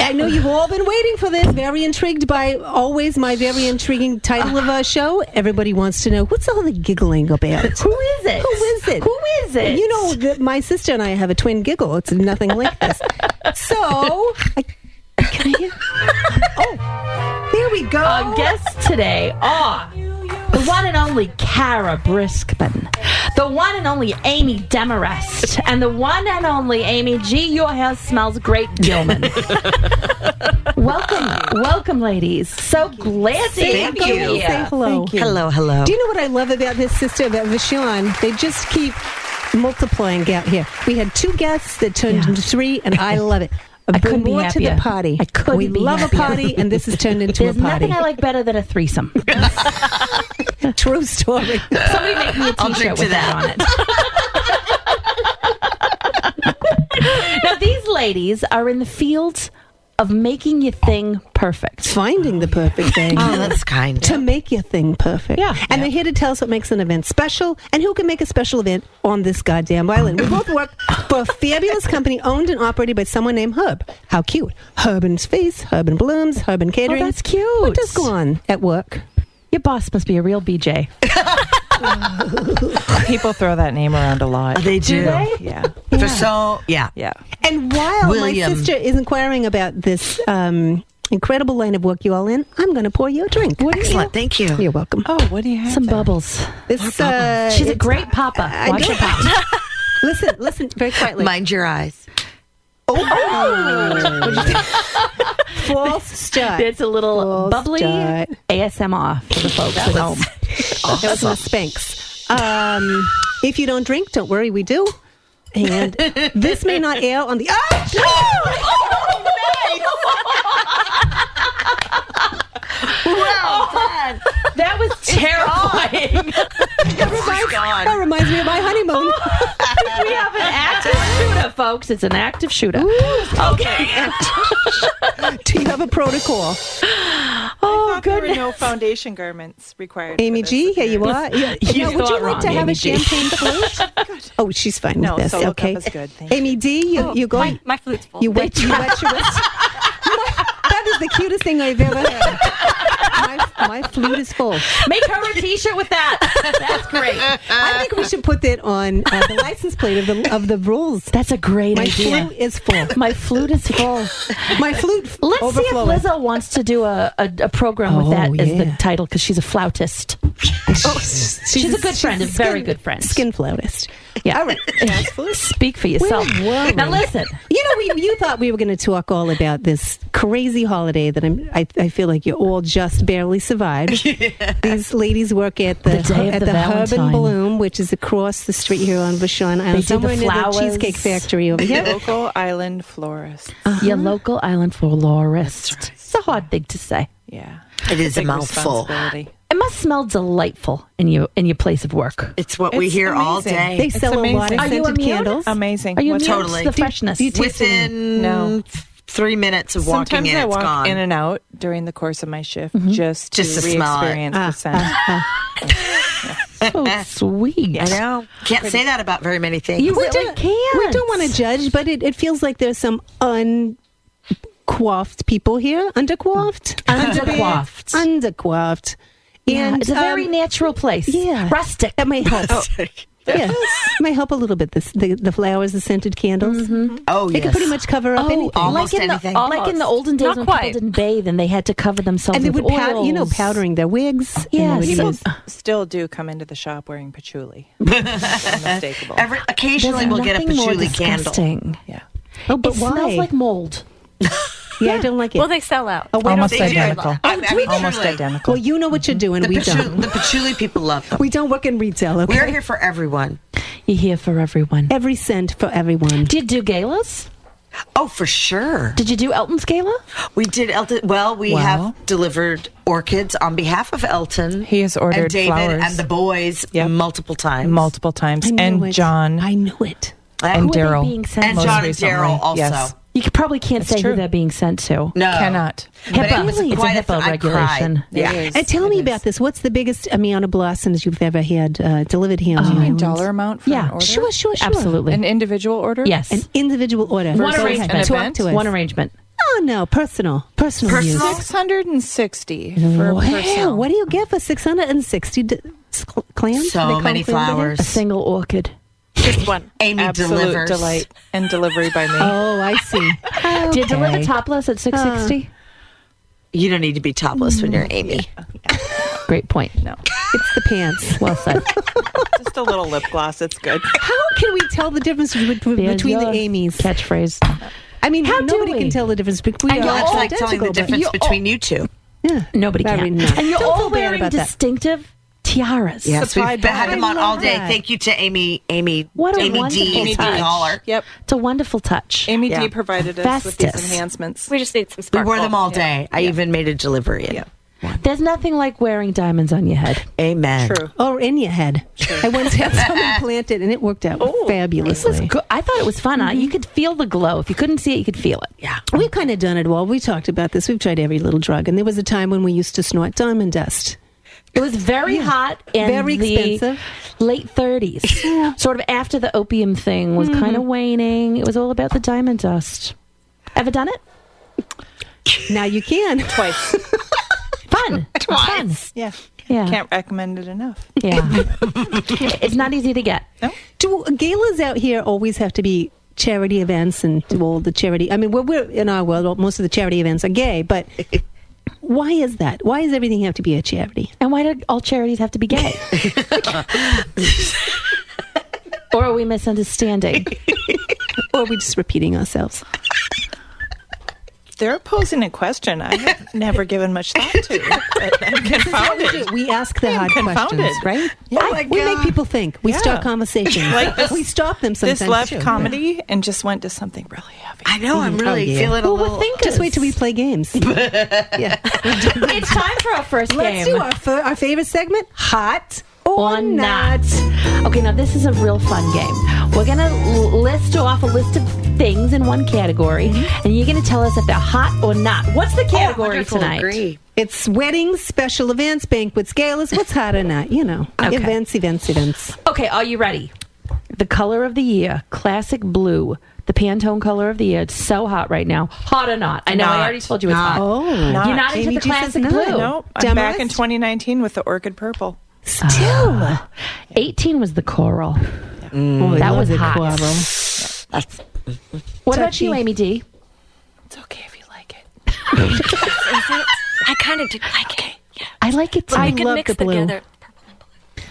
Speaker 2: I know you've all been waiting for this. Very intrigued by always my very intriguing title of our show. Everybody wants to know what's all the giggling about?
Speaker 3: Who is it?
Speaker 2: Who is it?
Speaker 3: Who is it?
Speaker 2: You know that my sister and I have a twin giggle. It's nothing like this. So, I, can I hear? Oh, there we go.
Speaker 3: Our guests today are the one and only Cara Briskman, the one and only Amy Demarest, and the one and only Amy G. Your hair smells great, Gilman. welcome, welcome, ladies. So glad to
Speaker 4: Thank
Speaker 3: have
Speaker 4: you.
Speaker 3: here.
Speaker 2: Say hello.
Speaker 5: Thank you. Hello, hello.
Speaker 2: Do you know what I love about this sister about Vashon? They just keep multiplying out here. We had two guests that turned
Speaker 3: Yeah.
Speaker 2: into three, and I love it.
Speaker 3: I
Speaker 2: Bring
Speaker 3: couldn't be
Speaker 2: more to
Speaker 3: happier.
Speaker 2: the party.
Speaker 3: I couldn't
Speaker 2: We
Speaker 3: be
Speaker 2: love
Speaker 3: happier.
Speaker 2: a party, and this has turned into
Speaker 3: There's
Speaker 2: a party.
Speaker 3: nothing I like better than a threesome.
Speaker 2: True story.
Speaker 3: Somebody make me a
Speaker 5: I'll
Speaker 3: t-shirt
Speaker 5: drink to
Speaker 3: with that. on it. now these ladies are in the field of making your thing perfect.
Speaker 2: Finding the perfect thing.
Speaker 5: Oh, that's kind.
Speaker 2: to make your thing perfect.
Speaker 3: Yeah.
Speaker 2: And they're here to tell us what makes an event special and who can make a special event on this goddamn island. We both work for a fabulous company owned and operated by someone named Herb. How cute. Herb and Space, Herb and Blooms, Herb and Catering.
Speaker 3: Oh, that's cute.
Speaker 2: What does go on at work?
Speaker 3: Your boss must be a real BJ.
Speaker 4: People throw that name around a lot.
Speaker 5: Oh, They do.
Speaker 4: Yeah.
Speaker 5: For so, yeah.
Speaker 4: Yeah.
Speaker 2: And while
Speaker 5: William.
Speaker 2: my sister is inquiring about this um, incredible line of work you all in, I'm going to pour you a drink. What
Speaker 5: Excellent. Thank you.
Speaker 2: You're welcome.
Speaker 4: Oh, what do you have?
Speaker 3: Some bubbles.
Speaker 2: This, uh,
Speaker 3: oh, She's a
Speaker 2: it's-
Speaker 3: great papa.
Speaker 2: I
Speaker 3: Watch
Speaker 2: know.
Speaker 3: your pop.
Speaker 2: Listen, listen, very quietly.
Speaker 5: Mind your eyes.
Speaker 2: False start.
Speaker 3: It's a little
Speaker 2: Full
Speaker 3: bubbly
Speaker 2: start.
Speaker 3: ASMR for the folks at home.
Speaker 2: That was my Spanx. Um, if you don't drink, don't worry, we do. And this may not air on the. Ah!
Speaker 3: That was terrifying.
Speaker 5: Oh
Speaker 2: That reminds me of my honeymoon.
Speaker 3: we have an active shooter, folks. It's an active shooter. Okay.
Speaker 2: Do you have a protocol?
Speaker 3: Oh,
Speaker 4: There were
Speaker 3: goodness.
Speaker 4: no foundation garments required.
Speaker 2: Amy
Speaker 4: for this
Speaker 2: G, here
Speaker 4: appearance.
Speaker 2: you are. Yeah.
Speaker 3: You
Speaker 2: Now, would
Speaker 3: thought
Speaker 2: you like
Speaker 3: wrong,
Speaker 2: to have
Speaker 3: Amy
Speaker 2: a
Speaker 3: G.
Speaker 2: champagne float? oh, she's fine
Speaker 4: No,
Speaker 2: with this.
Speaker 4: solo cup
Speaker 2: okay.
Speaker 4: is good. Thank
Speaker 2: Amy D, you, you go.
Speaker 6: My, my flute's full.
Speaker 2: you wet, you wet your wrist. that is the cutest thing I've ever heard. My, my flute is full.
Speaker 3: Make her a t-shirt with that. That's great.
Speaker 2: I think we should put that on uh, the license plate of the of the rules.
Speaker 3: That's a great
Speaker 2: My
Speaker 3: idea.
Speaker 2: flute is full.
Speaker 3: My flute is full.
Speaker 2: My flute.
Speaker 3: Let's see
Speaker 2: overflowing.
Speaker 3: if Lizzo wants to do a, a, a program with
Speaker 2: Oh,
Speaker 3: that as the
Speaker 2: yeah.
Speaker 3: title because she's a flautist. she's, a good friend, a very good friend.
Speaker 2: Skin flautist.
Speaker 3: Yeah.
Speaker 2: All right.
Speaker 3: Speak for yourself.
Speaker 2: Where were
Speaker 3: Now
Speaker 2: we?
Speaker 3: listen.
Speaker 2: You know, we, you thought we were going to talk all about this crazy holiday that I'm, I, I feel like you're all just barely survived. These ladies work at the,
Speaker 3: The day of
Speaker 2: at
Speaker 3: the
Speaker 2: the, Herb
Speaker 3: Valentine.
Speaker 2: and Bloom, which is across the street here on Vashon Island,
Speaker 3: do the
Speaker 2: somewhere near
Speaker 3: flowers.
Speaker 2: the Cheesecake Factory over here.
Speaker 4: Local island florist.
Speaker 2: Uh-huh.
Speaker 3: Your local island florist. It's a hard thing to say.
Speaker 4: Yeah.
Speaker 5: It is a
Speaker 4: Big
Speaker 5: mouthful.
Speaker 4: responsibility.
Speaker 3: It must smell delightful in your in your place of work.
Speaker 5: It's what we
Speaker 4: It's
Speaker 5: hear all
Speaker 4: amazing.
Speaker 5: day.
Speaker 2: They
Speaker 4: It's
Speaker 2: sell a lot of
Speaker 4: amazing. Are
Speaker 3: you
Speaker 2: scented
Speaker 3: immune?
Speaker 2: candles.
Speaker 4: Amazing.
Speaker 3: Are you
Speaker 4: What's-
Speaker 3: immune
Speaker 5: Totally.
Speaker 3: to the
Speaker 5: Do-
Speaker 3: freshness?
Speaker 5: Within
Speaker 4: No.
Speaker 5: three minutes of walking
Speaker 4: Sometimes
Speaker 5: in,
Speaker 4: I
Speaker 5: it's
Speaker 4: walk
Speaker 5: gone.
Speaker 4: in and out during the course of my shift just to
Speaker 5: Just to smell it.
Speaker 4: re-experience
Speaker 2: Mm-hmm. Ah,
Speaker 4: the scent.
Speaker 3: so Oh, sweet.
Speaker 5: I know. Can't say that about very many things.
Speaker 3: You
Speaker 2: We
Speaker 3: really
Speaker 2: don't-
Speaker 3: can't.
Speaker 2: We don't want to judge, but it, it feels like there's some uncoiffed people here. Undercoiffed?
Speaker 3: Undercoiffed.
Speaker 2: Undercoiffed.
Speaker 3: Yeah,
Speaker 2: And
Speaker 3: it's a very
Speaker 2: um,
Speaker 3: natural place.
Speaker 2: yeah.
Speaker 3: Rustic.
Speaker 2: that
Speaker 5: Oh.
Speaker 2: may help. yeah, may help a little bit. This the, the flowers, the scented candles.
Speaker 5: oh,
Speaker 2: They
Speaker 5: yes.
Speaker 2: can pretty much cover up anything.
Speaker 5: almost
Speaker 3: like in
Speaker 5: anything.
Speaker 3: the like in the olden days
Speaker 6: Not
Speaker 3: when
Speaker 6: quite.
Speaker 3: people didn't bathe and they had to cover themselves
Speaker 2: and they
Speaker 3: with
Speaker 2: would pow- you know
Speaker 3: oils.
Speaker 2: powdering their wigs. and
Speaker 3: Yes.
Speaker 2: their
Speaker 3: People-
Speaker 2: wigs.
Speaker 4: Still do come into the shop wearing patchouli. Unmistakable.
Speaker 5: Every,
Speaker 3: There's
Speaker 5: occasionally, we'll get a
Speaker 3: nothing more
Speaker 5: patchouli candle.
Speaker 3: disgusting.
Speaker 4: yeah.
Speaker 2: oh, but
Speaker 3: it
Speaker 2: why?
Speaker 3: smells like mold.
Speaker 2: yeah, I don't like it.
Speaker 6: Well, they sell out.
Speaker 2: oh, wait,
Speaker 4: Almost
Speaker 2: don't-
Speaker 4: identical.
Speaker 5: I mean,
Speaker 4: Almost
Speaker 5: truly.
Speaker 4: identical.
Speaker 2: Well, you know what you're doing.
Speaker 5: The,
Speaker 2: we
Speaker 5: patchouli,
Speaker 2: don't.
Speaker 5: the patchouli people love them.
Speaker 2: We don't work in retail. Okay?
Speaker 5: We're here for everyone.
Speaker 3: You're here for everyone.
Speaker 2: Every cent for everyone.
Speaker 3: Did you do galas?
Speaker 5: Oh, for sure.
Speaker 3: Did you do Elton's gala?
Speaker 5: We did Elton. Well, we
Speaker 4: Wow.
Speaker 5: have delivered orchids on behalf of Elton.
Speaker 4: He has ordered
Speaker 5: and David
Speaker 4: flowers.
Speaker 5: and the boys
Speaker 4: Yep.
Speaker 5: multiple times.
Speaker 4: Multiple times.
Speaker 2: I knew
Speaker 4: And
Speaker 2: it.
Speaker 4: John
Speaker 2: I knew it.
Speaker 5: And,
Speaker 4: and
Speaker 3: Who are they
Speaker 4: Daryl.
Speaker 3: being sent
Speaker 5: and
Speaker 3: to?
Speaker 4: most
Speaker 5: John and
Speaker 4: recently.
Speaker 5: Daryl also.
Speaker 4: Yes.
Speaker 3: You could- probably can't say
Speaker 4: true.
Speaker 3: who they're being sent to.
Speaker 5: No,
Speaker 4: Cannot.
Speaker 5: But
Speaker 3: HIPAA.
Speaker 5: it was
Speaker 3: Really? It's a
Speaker 5: quite
Speaker 3: HIPAA
Speaker 5: I cried.
Speaker 3: regulation.
Speaker 5: Yeah.
Speaker 4: It is.
Speaker 2: And Uh, tell
Speaker 4: It
Speaker 2: me
Speaker 4: is.
Speaker 2: about this. What's the biggest amount of blossoms you've ever had uh, delivered here? on
Speaker 4: Do you
Speaker 2: the
Speaker 4: mean
Speaker 2: islands?
Speaker 4: dollar amount for an
Speaker 3: Yeah,
Speaker 4: order?
Speaker 2: Sure, sure, sure.
Speaker 3: Absolutely.
Speaker 4: An individual order?
Speaker 3: yes.
Speaker 2: An individual order.
Speaker 3: one
Speaker 4: Versus
Speaker 2: Go ahead.
Speaker 4: an
Speaker 3: arrangement.
Speaker 2: Talk
Speaker 4: event?
Speaker 2: to us.
Speaker 3: One arrangement.
Speaker 2: Oh no, personal, personal,
Speaker 5: Personal?
Speaker 2: use.
Speaker 4: 660 for a
Speaker 2: Wow,
Speaker 4: person.
Speaker 2: what do you get for 660 d- s- cl- clams? They
Speaker 5: So
Speaker 2: call
Speaker 5: many
Speaker 2: them clams, I think?
Speaker 3: A
Speaker 5: flowers.
Speaker 3: single orchid.
Speaker 6: Just one.
Speaker 5: Amy
Speaker 4: Absolute
Speaker 5: delivers.
Speaker 4: delight and delivery by me.
Speaker 2: Oh, I see.
Speaker 3: Did you deliver topless at 660?
Speaker 5: You don't need to be topless when you're Amy.
Speaker 3: Uh, Great point.
Speaker 2: It's the pants.
Speaker 3: Well said.
Speaker 4: Just a little lip gloss. It's good.
Speaker 2: How can we tell the difference between,
Speaker 3: There's
Speaker 2: between the
Speaker 3: your
Speaker 2: Amy's?
Speaker 3: Catchphrase.
Speaker 2: I mean,
Speaker 3: How do
Speaker 2: nobody
Speaker 3: we?
Speaker 2: can tell the difference between.
Speaker 3: And
Speaker 2: we
Speaker 5: Well,
Speaker 2: are
Speaker 5: that's
Speaker 2: all
Speaker 5: like telling the
Speaker 2: identical, but-
Speaker 5: difference between you two.
Speaker 2: Yeah.
Speaker 3: Nobody
Speaker 2: Very
Speaker 3: can.
Speaker 2: nice.
Speaker 3: And you're
Speaker 2: Don't feel
Speaker 3: all
Speaker 2: bad
Speaker 3: wearing
Speaker 2: about that.
Speaker 3: distinctive tiaras.
Speaker 5: Yes,
Speaker 2: Supplied
Speaker 5: we've
Speaker 2: by-
Speaker 5: had them
Speaker 2: I
Speaker 5: on all
Speaker 2: love
Speaker 5: day.
Speaker 2: that.
Speaker 5: Thank you to Amy, Amy,
Speaker 3: What a
Speaker 5: Amy
Speaker 3: wonderful
Speaker 5: D, Amy D.
Speaker 3: touch.
Speaker 5: Holler.
Speaker 4: Yep.
Speaker 3: It's a wonderful touch.
Speaker 4: Amy
Speaker 5: Yeah.
Speaker 4: D provided us with these
Speaker 3: Festus.
Speaker 4: enhancements.
Speaker 6: We just need some
Speaker 5: We
Speaker 6: sparkle.
Speaker 5: wore them all day. I even made a delivery.
Speaker 4: Yeah.
Speaker 3: There's nothing like wearing diamonds on your head.
Speaker 5: Amen.
Speaker 4: True.
Speaker 2: Or in your head. I once had something planted and it worked out fabulously.
Speaker 3: This was good. I thought it was fun. Huh? You could feel the glow. If you couldn't see it, you could feel it.
Speaker 5: Yeah.
Speaker 2: We've kind of done it all. We talked about this. We've tried every little drug. And there was a time when we used to snort diamond dust.
Speaker 3: It was very hot in
Speaker 2: Very
Speaker 3: the
Speaker 2: expensive.
Speaker 3: late 30s. Sort of after the opium thing was kind of waning. It was all about the diamond dust. Ever done it?
Speaker 2: Now you can.
Speaker 4: Twice.
Speaker 3: Fun. It's fun.
Speaker 2: Yeah.
Speaker 3: Yeah.
Speaker 4: Can't recommend it enough.
Speaker 3: Yeah. it's not easy to get.
Speaker 2: Do galas out here always have to be charity events and do all the charity? I mean, we're, we're in our world, well, most of the charity events are gay, but why is that? Why does everything have to be a charity?
Speaker 3: And why do all charities have to be gay? or are we misunderstanding?
Speaker 2: Or are we just repeating ourselves?
Speaker 4: They're posing a question I have never given much thought to. but I'm confounded.
Speaker 2: We ask the hard
Speaker 4: confounded.
Speaker 2: questions, right?
Speaker 5: Oh my
Speaker 2: we make
Speaker 5: God.
Speaker 2: people think. We
Speaker 4: Yeah.
Speaker 2: start conversations.
Speaker 4: Like this-
Speaker 2: we stop them sometimes.
Speaker 4: This left
Speaker 2: too.
Speaker 4: comedy and just went to something really heavy.
Speaker 5: I know. I'm really
Speaker 2: Mm-hmm. Oh, yeah.
Speaker 5: feeling a
Speaker 3: Well, we're
Speaker 5: little.
Speaker 3: thinking.
Speaker 2: Just wait till we play games. yeah.
Speaker 3: It's time for our 1st game.
Speaker 2: Let's do our, fir- our favorite segment hot or,
Speaker 3: or not. Okay, now this is a real fun game. We're going to l- list off a list of things in one category, and you're going to tell us if they're hot or not. What's the category tonight?
Speaker 5: Agree.
Speaker 2: It's weddings, special events, banquets, galas. What's hot or not? You know,
Speaker 3: Okay.
Speaker 2: events, events, events.
Speaker 3: Okay, are you ready? The color of the year, classic blue, the Pantone color of the year. It's so hot right now. Hot or not? I know, I
Speaker 5: Not.
Speaker 3: already told you it's hot.
Speaker 2: Oh.
Speaker 4: Not.
Speaker 3: You're not into
Speaker 2: Amy
Speaker 3: the
Speaker 2: G says
Speaker 3: classic
Speaker 2: not.
Speaker 3: blue.
Speaker 4: Nope. I'm back in
Speaker 2: Demarest?
Speaker 4: 2019 with the orchid purple.
Speaker 2: Still.
Speaker 3: Oh. 18 was the coral.
Speaker 2: Boy,
Speaker 3: that
Speaker 2: love
Speaker 3: was
Speaker 2: the
Speaker 3: hot.
Speaker 2: quarrel.
Speaker 5: That's
Speaker 3: What about you, Amy D?
Speaker 4: It's okay if you like it.
Speaker 6: I kind of do like it. Yeah.
Speaker 3: I like it too.
Speaker 2: I
Speaker 6: You can
Speaker 2: love
Speaker 6: mix
Speaker 2: the blue.
Speaker 6: together.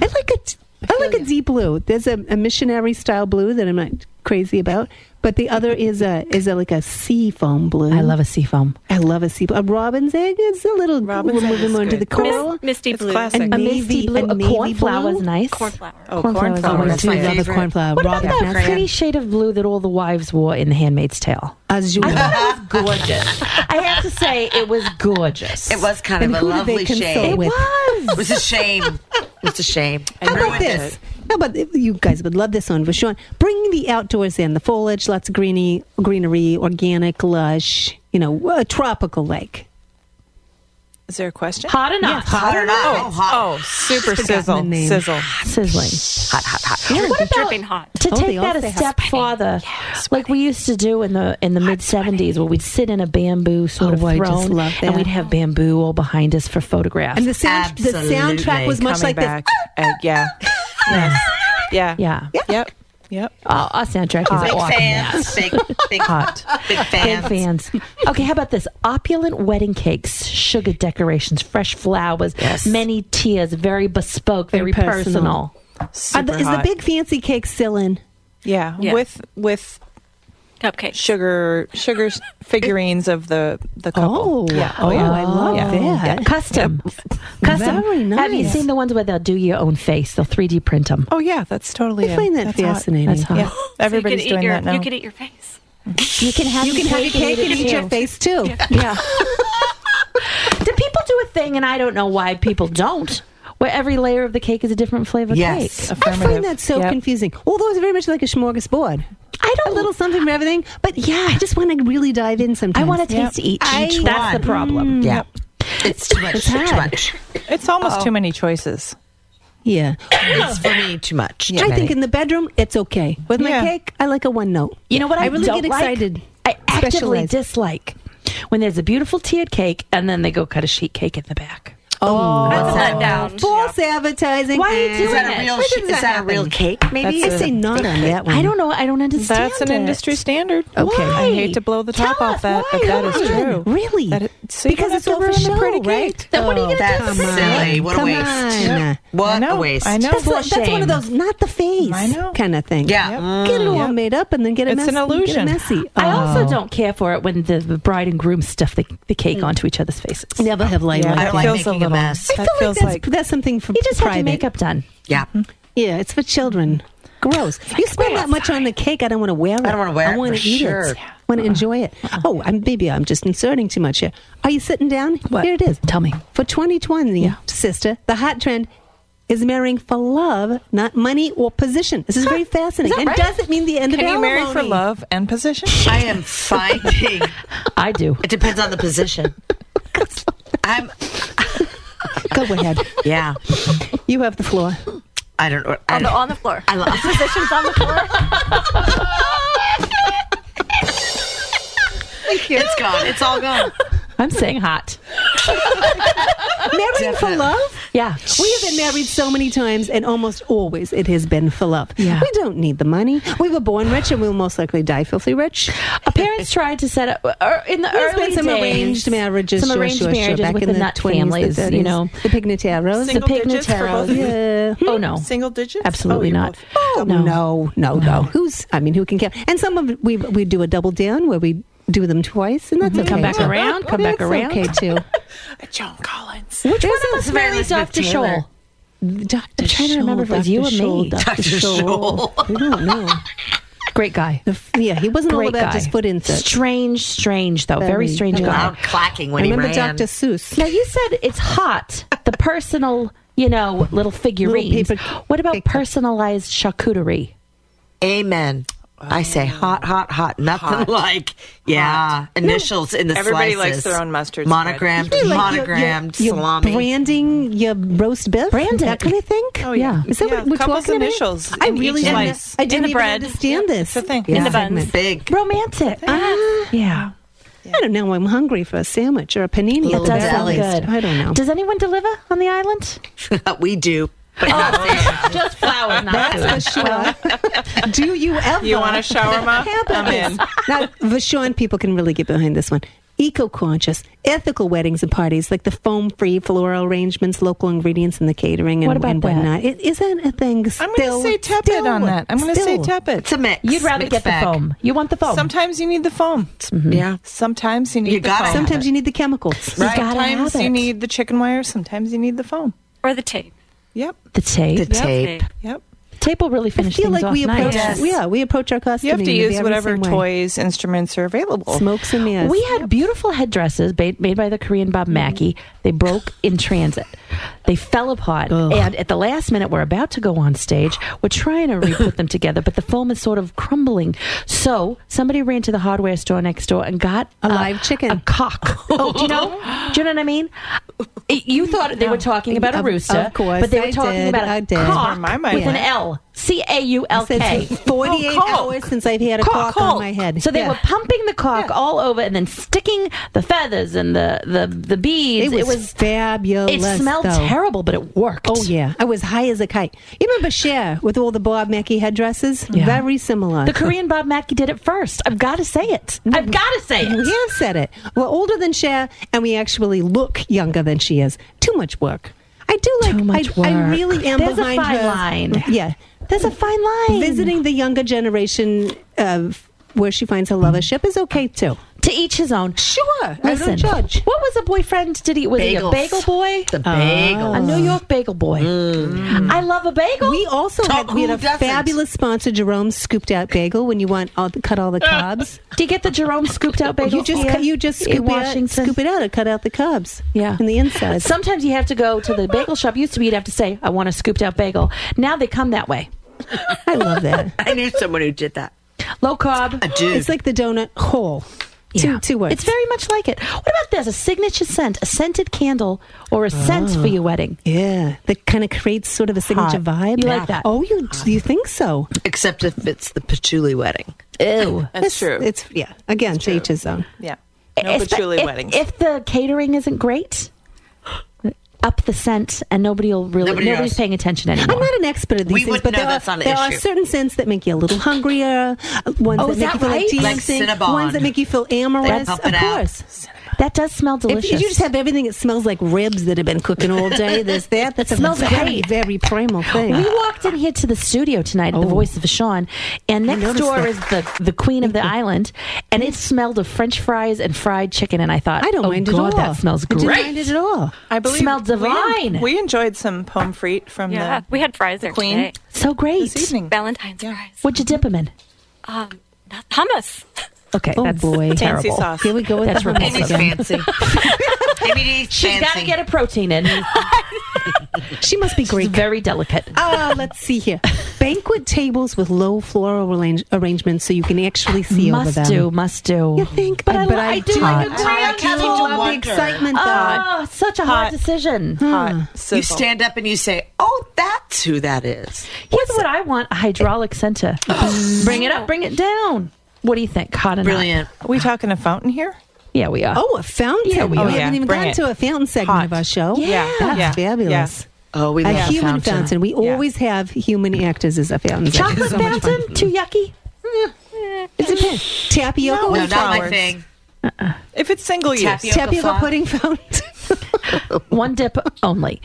Speaker 2: I like a, t- I like a deep blue. There's a, a missionary style blue that I'm not crazy about, But the other is a is a, like a sea foam blue.
Speaker 3: I love a seafoam.
Speaker 2: I love a sea. A robin's egg is a little.
Speaker 4: Robin's
Speaker 2: we'll
Speaker 4: egg
Speaker 2: move
Speaker 4: is
Speaker 2: him onto
Speaker 4: good.
Speaker 2: the coral.
Speaker 6: Misty
Speaker 4: It's
Speaker 6: blue.
Speaker 4: classic.
Speaker 2: And
Speaker 4: A
Speaker 3: Misty
Speaker 2: navy,
Speaker 3: blue,
Speaker 2: and
Speaker 3: a
Speaker 2: navy
Speaker 3: cornflower is
Speaker 2: blue.
Speaker 3: nice.
Speaker 6: Cornflower.
Speaker 4: Oh,
Speaker 3: Cornflower is
Speaker 5: cornflower.
Speaker 3: always
Speaker 5: That's
Speaker 2: Do
Speaker 5: my
Speaker 2: you love a
Speaker 5: favorite.
Speaker 2: cornflower?
Speaker 3: What about
Speaker 2: Robin.
Speaker 3: that
Speaker 5: Crayon.
Speaker 3: pretty shade of blue that all the wives wore in The Handmaid's Tale?
Speaker 2: Azure.
Speaker 3: That was gorgeous. I have to say, it was gorgeous.
Speaker 5: It was kind
Speaker 2: And
Speaker 5: of a
Speaker 2: who did they
Speaker 5: lovely
Speaker 2: consult
Speaker 5: shade.
Speaker 2: with?
Speaker 5: It
Speaker 3: was.
Speaker 5: was a shame. It was a shame.
Speaker 2: How about this? How about you guys would love this one, Vashon? Bring the outdoors in, the foliage, lots of greeny, greenery, organic, lush. You know, a tropical lake.
Speaker 4: Is there a question?
Speaker 3: Hot enough.
Speaker 5: Hot or not? Oh, hot.
Speaker 4: Oh, super
Speaker 2: forgotten the
Speaker 4: sizzle.
Speaker 2: name.
Speaker 4: Sizzle.
Speaker 3: Sizzling.
Speaker 5: Hot, hot, hot.
Speaker 3: What about
Speaker 6: dripping hot.
Speaker 3: to
Speaker 2: Oh,
Speaker 3: take
Speaker 2: they
Speaker 3: that
Speaker 2: also
Speaker 3: a
Speaker 2: have
Speaker 3: step farther, like we used to do in the in the mid '70s, where we'd sit in a bamboo sort of
Speaker 2: Oh, I
Speaker 3: throne,
Speaker 2: just love
Speaker 3: and
Speaker 2: that.
Speaker 3: we'd have bamboo all behind us for photographs.
Speaker 2: And the sound, the
Speaker 5: Absolutely.
Speaker 2: soundtrack was much like
Speaker 4: Coming back. Uh, yeah. Yes. Yeah.
Speaker 3: yeah,
Speaker 4: Yep. Yep.
Speaker 3: Our, our soundtrack is
Speaker 5: Big
Speaker 3: awesome.
Speaker 5: fans. Big, big,
Speaker 3: Hot.
Speaker 5: big
Speaker 3: Big
Speaker 5: fans.
Speaker 3: fans. Okay, how about this? Opulent wedding cakes, sugar decorations, fresh flowers, many tiers, very bespoke, very,
Speaker 2: Very
Speaker 3: personal.
Speaker 2: personal. this. Are
Speaker 4: Super
Speaker 2: the, is the
Speaker 4: hot.
Speaker 2: big fancy cake still in?
Speaker 4: yeah.
Speaker 6: Yeah.
Speaker 4: with with
Speaker 6: Cupcakes.
Speaker 4: sugar sugar s- figurines of the the couple.
Speaker 2: Oh,
Speaker 4: yeah.
Speaker 2: oh, I love
Speaker 4: Yeah.
Speaker 2: that.
Speaker 3: Custom. Custom.
Speaker 2: Very
Speaker 3: Have you
Speaker 2: nice.
Speaker 3: seen the ones where they'll do your own face? They'll 3D print them.
Speaker 4: Oh yeah, that's totally.
Speaker 2: I
Speaker 4: in.
Speaker 2: find that
Speaker 4: That's hot.
Speaker 2: fascinating.
Speaker 3: That's hot.
Speaker 4: Yeah, everybody's
Speaker 6: you could eat
Speaker 4: doing
Speaker 6: your,
Speaker 4: that now.
Speaker 6: You could eat your face.
Speaker 3: You can have
Speaker 2: You can have your cake and eat your face too.
Speaker 3: Yeah. do people do a thing, and I don't know why people don't, where every layer of the cake is a different flavor
Speaker 5: Yes.
Speaker 3: cake?
Speaker 2: I
Speaker 4: Affirmative.
Speaker 2: find that so
Speaker 4: Yep.
Speaker 2: confusing. Although it's very much like a smorgasbord. I don't a little something for everything, but yeah, I just want to really dive in sometimes.
Speaker 3: I want to taste each.
Speaker 5: Each
Speaker 3: That's
Speaker 5: one. Mm.
Speaker 3: the problem.
Speaker 5: Yeah. It's too much.
Speaker 2: It's
Speaker 5: too
Speaker 2: hard.
Speaker 5: much.
Speaker 4: It's
Speaker 2: Oh.
Speaker 4: almost too many choices.
Speaker 2: Yeah,
Speaker 5: It's for me too much. Too
Speaker 2: I think
Speaker 5: many.
Speaker 2: in the bedroom it's okay. With my
Speaker 4: Yeah.
Speaker 2: cake, I like a one note.
Speaker 3: You know what? I,
Speaker 2: I really
Speaker 3: don't
Speaker 2: get
Speaker 3: like?
Speaker 2: excited.
Speaker 3: I actively
Speaker 2: Specialized.
Speaker 3: dislike when there's a beautiful tiered cake and then they go cut a sheet cake in the back.
Speaker 2: Oh,
Speaker 6: That's a letdown.
Speaker 2: false advertising.
Speaker 3: Why are you
Speaker 5: Is
Speaker 3: doing
Speaker 5: that
Speaker 3: it?
Speaker 5: a real?
Speaker 2: Why
Speaker 5: sh-
Speaker 2: does
Speaker 5: Is
Speaker 2: that
Speaker 5: that a real
Speaker 2: happen?
Speaker 5: cake? Maybe.
Speaker 2: I say not on that one.
Speaker 3: I don't know. I don't understand.
Speaker 4: That's an
Speaker 3: it.
Speaker 4: industry standard.
Speaker 2: Okay.
Speaker 4: I hate to blow the
Speaker 3: Tell
Speaker 4: top off
Speaker 3: us
Speaker 4: that,
Speaker 3: why.
Speaker 4: but that is
Speaker 2: Come on.
Speaker 4: true.
Speaker 2: Really?
Speaker 4: That it- so you
Speaker 2: because
Speaker 4: don't
Speaker 2: it's
Speaker 4: have to
Speaker 2: over
Speaker 4: ruin the
Speaker 2: show,
Speaker 4: pretty cake.
Speaker 2: right? Oh,
Speaker 3: Then what are you gonna do?
Speaker 5: That's
Speaker 2: come on.
Speaker 5: silly. What a
Speaker 2: Come
Speaker 5: waste.
Speaker 2: on.
Speaker 4: Yeah. I
Speaker 5: What
Speaker 4: know,
Speaker 5: a waste.
Speaker 4: I know.
Speaker 2: That's,
Speaker 3: For
Speaker 2: a- that's one
Speaker 3: shame.
Speaker 2: of those not the face
Speaker 4: I know.
Speaker 2: kind of thing.
Speaker 5: Yeah.
Speaker 4: Yep.
Speaker 5: Mm.
Speaker 2: Get it all made up and then get it
Speaker 4: It's
Speaker 2: messy.
Speaker 4: an
Speaker 2: Get it
Speaker 4: illusion.
Speaker 2: messy.
Speaker 3: I also
Speaker 2: Oh. Mm.
Speaker 3: don't care for it when the, the bride and groom stuff the, the cake onto each other's faces.
Speaker 2: never have laid
Speaker 4: Yeah.
Speaker 2: like
Speaker 5: I
Speaker 2: that.
Speaker 5: don't like
Speaker 4: Feels a
Speaker 5: making a
Speaker 4: little-
Speaker 5: mess.
Speaker 2: I
Speaker 4: That
Speaker 2: feel
Speaker 4: feels
Speaker 2: like that's,
Speaker 4: like-
Speaker 2: that's something for
Speaker 3: You just have
Speaker 2: private.
Speaker 3: your makeup done.
Speaker 5: Yeah.
Speaker 2: Yeah, it's for children. Gross. you spend that much on the cake, I don't want to wear it.
Speaker 5: don't wanna wear
Speaker 2: I
Speaker 5: it,
Speaker 2: want
Speaker 5: for
Speaker 2: to eat
Speaker 5: sure.
Speaker 2: it. I want to enjoy it. Oh, I'm, maybe I'm just inserting too much here. Are you sitting down? Here it is.
Speaker 3: Tell me.
Speaker 2: For 2020, sister, the hot trend is marrying for love, not money or position. This is very fascinating.
Speaker 3: that
Speaker 2: and
Speaker 3: right?
Speaker 2: does it mean the end of
Speaker 4: Can you marry for
Speaker 2: alimony?
Speaker 4: love and position?
Speaker 5: I am finding.
Speaker 3: I do.
Speaker 5: It depends on the position. I'm.
Speaker 2: Go ahead.
Speaker 5: Yeah.
Speaker 2: You have the floor.
Speaker 5: I don't know. I
Speaker 6: On the,
Speaker 5: don't-
Speaker 6: on the floor.
Speaker 5: I lost.
Speaker 6: Positions on the floor.
Speaker 5: It's gone. It's all gone.
Speaker 3: I'm saying hot.
Speaker 2: Marrying for
Speaker 5: Definitely.
Speaker 2: love?
Speaker 3: Yeah.
Speaker 2: We have been married so many times, and almost always it has been for love.
Speaker 3: Yeah.
Speaker 2: We don't need the money. We were born rich, and we will most likely die filthy rich.
Speaker 3: Our parents tried to set up or in the
Speaker 2: There's
Speaker 3: early
Speaker 2: been some
Speaker 3: days,
Speaker 2: arranged marriages,
Speaker 3: some
Speaker 2: sure,
Speaker 3: arranged
Speaker 2: sure, sure,
Speaker 3: marriages
Speaker 2: back
Speaker 3: with
Speaker 2: in
Speaker 3: the nut
Speaker 2: 20s, the
Speaker 3: families,
Speaker 2: 30s.
Speaker 3: you know.
Speaker 2: the
Speaker 3: The
Speaker 2: pignateros.
Speaker 4: Single digits for both
Speaker 3: Pignateros.
Speaker 4: of you?
Speaker 2: yeah.
Speaker 3: Oh no,
Speaker 4: Single digits?
Speaker 3: Absolutely
Speaker 4: Oh, you're
Speaker 3: not.
Speaker 4: both-
Speaker 2: Oh, no. no, no, Who's? I mean, who can count? And some of we we do a double down where we do them twice, and that's okay.
Speaker 3: Mm-hmm. Come back
Speaker 2: too. Oh,
Speaker 3: around, come back
Speaker 2: That's
Speaker 3: around.
Speaker 2: Okay, too.
Speaker 4: Joan Collins.
Speaker 2: Which one
Speaker 3: One of us marries Dr. Scholl.
Speaker 2: Doctor
Speaker 3: trying to remember if it was you and me.
Speaker 2: Doctor Scholl. We don't know.
Speaker 3: Great guy.
Speaker 2: The f- yeah, he wasn't
Speaker 3: Great
Speaker 2: all about
Speaker 3: guy.
Speaker 2: just foot inserts.
Speaker 3: Strange, strange though. Very,
Speaker 2: Very
Speaker 3: strange guy.
Speaker 5: Loud clacking
Speaker 2: I
Speaker 5: when
Speaker 2: remember
Speaker 5: he ran.
Speaker 2: Doctor Seuss.
Speaker 3: Now you said it's hot. The personal, you know, little figurines.
Speaker 2: paper
Speaker 3: what about
Speaker 2: cake cup.
Speaker 3: personalized charcuterie?
Speaker 5: Amen. I say
Speaker 3: Oh.
Speaker 5: hot, hot, hot. Nothing like yeah. Initials in the
Speaker 4: Everybody
Speaker 5: slices.
Speaker 4: likes their own mustard
Speaker 5: Monogrammed,
Speaker 2: Really, like your-
Speaker 5: monogrammed
Speaker 2: your, your
Speaker 5: salami.
Speaker 2: branding your roast beef,
Speaker 3: Brand
Speaker 2: that
Speaker 3: it.
Speaker 2: kind of thing.
Speaker 4: Oh, yeah.
Speaker 2: is that
Speaker 4: Yeah,
Speaker 2: what we're
Speaker 4: couples'
Speaker 2: talking about?
Speaker 4: initials
Speaker 2: I
Speaker 4: in
Speaker 2: really
Speaker 4: each
Speaker 2: didn't,
Speaker 4: slice.
Speaker 2: I didn't
Speaker 6: the
Speaker 2: even
Speaker 6: bread.
Speaker 2: understand this.
Speaker 4: It's a thing.
Speaker 5: Yeah.
Speaker 6: the buns.
Speaker 5: Big.
Speaker 3: Romantic. Ah, yeah.
Speaker 2: I don't know. I'm hungry for a sandwich or a panini. at
Speaker 5: Little
Speaker 2: the
Speaker 5: does sound
Speaker 2: very least.
Speaker 3: good.
Speaker 2: I don't know.
Speaker 3: Does anyone deliver on the island?
Speaker 5: we do. But not
Speaker 3: Just flowers, not
Speaker 2: That's for sure. Do you ever?
Speaker 4: You want a shawarma?
Speaker 2: How about
Speaker 4: I'm
Speaker 2: this?
Speaker 4: in.
Speaker 2: Now, Vashon people can really get behind this one. eco conscious, ethical weddings and parties, like the foam free floral arrangements, local ingredients in the catering, and,
Speaker 3: What about
Speaker 2: and
Speaker 3: that?
Speaker 2: whatnot. It isn't a thing.
Speaker 4: I'm
Speaker 2: Still,
Speaker 4: going to say tepid
Speaker 2: still-
Speaker 4: on that. I'm going to say
Speaker 2: still.
Speaker 4: tepid.
Speaker 5: It's a mix.
Speaker 3: You'd rather
Speaker 5: Mixed
Speaker 3: get the
Speaker 5: bag. Mm-hmm.
Speaker 3: foam. You want the foam.
Speaker 4: Sometimes you need the foam.
Speaker 5: Yeah.
Speaker 4: Sometimes you need
Speaker 5: You
Speaker 4: the
Speaker 5: gotta
Speaker 4: foam.
Speaker 5: have
Speaker 2: Sometimes you need the chemicals.
Speaker 5: Right.
Speaker 3: gotta
Speaker 4: Sometimes
Speaker 3: have
Speaker 4: you
Speaker 3: it.
Speaker 4: need the chicken wire. Sometimes you need the foam.
Speaker 6: Or the tape.
Speaker 4: Yep.
Speaker 3: the tape.
Speaker 5: The tape.
Speaker 6: Tape.
Speaker 4: Yep.
Speaker 3: tape will really
Speaker 2: I
Speaker 3: finish
Speaker 2: feel
Speaker 3: things
Speaker 2: like
Speaker 3: off
Speaker 2: we approach,
Speaker 3: nice.
Speaker 6: Yes.
Speaker 2: yeah, we approach our costume.
Speaker 4: You have to use whatever toys, instruments are available.
Speaker 2: smokes and mirrors.
Speaker 3: We had beautiful headdresses ba- made by the Korean
Speaker 2: Mm.
Speaker 3: Bob Mackey. They broke in transit. They fell apart. And at the last minute, we're about to go on stage. We're trying to re put them together, but the foam is sort of crumbling. So somebody ran to the hardware store next door and got
Speaker 2: A live chicken.
Speaker 3: A cock. Oh, do you know? Do you know what I mean? It- you thought they were talking about a
Speaker 2: Of-
Speaker 3: rooster.
Speaker 2: of course,
Speaker 3: But they were
Speaker 2: I
Speaker 3: talking
Speaker 2: did,
Speaker 3: about
Speaker 2: I
Speaker 3: a
Speaker 2: did.
Speaker 3: cock
Speaker 4: Where my mind
Speaker 3: with an
Speaker 4: went.
Speaker 3: L. C A U L K.
Speaker 2: Since it's 48
Speaker 4: Oh, cock.
Speaker 2: hours since I've had a cock, on my head.
Speaker 3: So they
Speaker 2: Yeah.
Speaker 3: were pumping the cock all over and then sticking the feathers and the the the beads.
Speaker 2: It was, fabulous.
Speaker 3: it smelled
Speaker 2: though.
Speaker 3: terrible, but it worked.
Speaker 2: Oh yeah, I was high as a kite. You remember Cher with all the Bob Mackey headdresses? Very similar.
Speaker 3: The Korean Bob Mackey did it first. I've got to say it. I've got to say
Speaker 2: we
Speaker 3: it.
Speaker 2: have said it. We're older than Cher, and we actually look younger than she is. Too much work. I do like.
Speaker 3: Too much
Speaker 2: I, I
Speaker 3: work.
Speaker 2: really am
Speaker 3: There's a
Speaker 2: behind
Speaker 3: fine
Speaker 2: her.
Speaker 3: line.
Speaker 2: Yeah,
Speaker 3: There's a fine line.
Speaker 2: visiting the younger generation of where she finds her lovership is okay too.
Speaker 3: to each his own.
Speaker 2: Sure,
Speaker 3: Listen,
Speaker 2: I don't judge.
Speaker 3: What was a boyfriend? Did he was he a
Speaker 5: Bagels.
Speaker 3: bagel boy?
Speaker 5: The bagel.
Speaker 3: A New York bagel boy. I love a bagel.
Speaker 2: We also
Speaker 5: Talk-
Speaker 2: had, we had
Speaker 5: who
Speaker 2: a
Speaker 5: doesn't?
Speaker 2: fabulous sponsor, Jerome Scooped Out Bagel. When you want, all, cut all the cobs.
Speaker 3: Do you get the Jerome scooped out bagel?
Speaker 2: You just
Speaker 3: here
Speaker 2: cut, you just
Speaker 3: in
Speaker 2: scoop it, out,
Speaker 3: Washington?
Speaker 2: scoop it out and cut out the cobs.
Speaker 3: Yeah.
Speaker 2: and the inside.
Speaker 3: Sometimes you have to go to the bagel shop. Used to be you'd have to say, I want a scooped out bagel. Now they come that way.
Speaker 2: I love that.
Speaker 3: Oh.
Speaker 5: I knew someone who did that.
Speaker 3: Low carb.
Speaker 5: A dude.
Speaker 2: It's like the donut hole. Two, Uh, two words.
Speaker 3: It's very much like it. What about this? A signature scent, a scented candle, or a scent for
Speaker 2: Ah.
Speaker 3: your wedding.
Speaker 2: yeah, that kind of creates sort of a signature vibe.
Speaker 3: You like that?
Speaker 2: Oh, you you think so?
Speaker 5: Except if it's the patchouli wedding.
Speaker 3: Ew.
Speaker 4: That's true.
Speaker 2: It's yeah. Again, to each his own.
Speaker 4: yeah. No
Speaker 3: Espe-
Speaker 4: patchouli
Speaker 3: if,
Speaker 4: weddings.
Speaker 3: If the catering isn't great, up the scent and nobody will really,
Speaker 5: Nobody
Speaker 3: nobody's
Speaker 5: knows.
Speaker 3: paying attention anymore.
Speaker 2: I'm not an expert at these
Speaker 5: We
Speaker 2: things,
Speaker 5: wouldn't
Speaker 2: but
Speaker 5: know
Speaker 2: there,
Speaker 5: that's
Speaker 2: are,
Speaker 5: not an
Speaker 2: there are
Speaker 5: issue.
Speaker 2: certain scents that make you a little hungrier, uh, ones
Speaker 3: Oh,
Speaker 2: that
Speaker 3: is
Speaker 2: make
Speaker 3: that
Speaker 2: you feel
Speaker 3: right?
Speaker 2: like
Speaker 3: Like
Speaker 2: dancing,
Speaker 5: Cinnabon.
Speaker 2: ones that make you feel amorous.
Speaker 5: pump
Speaker 2: Of
Speaker 5: it out.
Speaker 2: course.
Speaker 3: that does smell
Speaker 2: If
Speaker 3: delicious.
Speaker 2: you just have everything that smells like ribs that have been cooking all day, there's that. That's a
Speaker 3: Smells
Speaker 2: very,
Speaker 3: great.
Speaker 2: very primal thing.
Speaker 3: We walked in here to the studio tonight at the Voice of Sean, and next
Speaker 2: Oh. noticed
Speaker 3: door
Speaker 2: that.
Speaker 3: is the the Queen of the Island, and it smelled of French fries and fried chicken, and I thought,
Speaker 2: I don't
Speaker 3: oh
Speaker 2: mind it
Speaker 3: God,
Speaker 2: at all.
Speaker 3: that smells
Speaker 2: I don't
Speaker 3: great.
Speaker 2: mind it at all.
Speaker 4: I believe
Speaker 3: smelled
Speaker 4: we en-
Speaker 3: divine.
Speaker 4: We, enjoyed some pomme frite from
Speaker 6: Yeah.
Speaker 4: the
Speaker 6: We had fries there
Speaker 4: Queen.
Speaker 6: today.
Speaker 3: So great.
Speaker 4: this evening.
Speaker 6: Valentine's fries.
Speaker 3: What'd you dip them in?
Speaker 6: Um, not- hummus.
Speaker 3: Okay,
Speaker 2: Oh,
Speaker 3: that's
Speaker 2: boy. Fancy
Speaker 3: terrible.
Speaker 4: sauce.
Speaker 2: Here we go with
Speaker 3: That's
Speaker 2: the hummus.
Speaker 5: Amy's fancy. Amy D's
Speaker 3: She's got to
Speaker 5: fancy.
Speaker 3: get a protein in.
Speaker 2: She must be
Speaker 3: She's
Speaker 2: Greek.
Speaker 3: very delicate.
Speaker 2: Oh, let's see here. Banquet tables with low floral arrange- arrangements so you can actually see
Speaker 3: must
Speaker 2: over them.
Speaker 3: do, must do.
Speaker 2: You think?
Speaker 3: But I li- I do like a
Speaker 2: I Ah.
Speaker 3: grand
Speaker 2: do
Speaker 5: castle
Speaker 2: love the
Speaker 5: wonder.
Speaker 2: excitement, though.
Speaker 3: Oh, such a hard
Speaker 4: Hot.
Speaker 3: decision.
Speaker 4: hot sizzle.
Speaker 5: You stand up and you say, "Oh, that's who that is."
Speaker 3: Here's what I want: a hydraulic center. bring it up, bring it down. What do you think? Hot enough?
Speaker 5: Brilliant.
Speaker 4: Are we talking a fountain here?
Speaker 3: Yeah, we are.
Speaker 2: oh, a fountain.
Speaker 3: Yeah, we
Speaker 2: we
Speaker 3: are.
Speaker 2: haven't
Speaker 4: Yeah,
Speaker 2: even
Speaker 4: bring
Speaker 2: gotten
Speaker 4: it.
Speaker 2: to a fountain segment
Speaker 4: Hot.
Speaker 2: of our show.
Speaker 3: Yeah.
Speaker 2: That's
Speaker 4: Yeah.
Speaker 2: fabulous.
Speaker 5: Oh, we
Speaker 2: A
Speaker 5: love
Speaker 2: human fountain. We always have human actors as our fountains.
Speaker 3: Chocolate
Speaker 2: It's so much fun.
Speaker 3: fountain? Too yucky?
Speaker 2: It's a pin. Tapioca.
Speaker 4: No,
Speaker 5: No,
Speaker 2: with
Speaker 5: not my
Speaker 4: flowers.
Speaker 5: thing.
Speaker 4: If it's single use,
Speaker 5: Tapioca.
Speaker 2: tapioca
Speaker 5: font.
Speaker 2: pudding fountain.
Speaker 3: One dip only.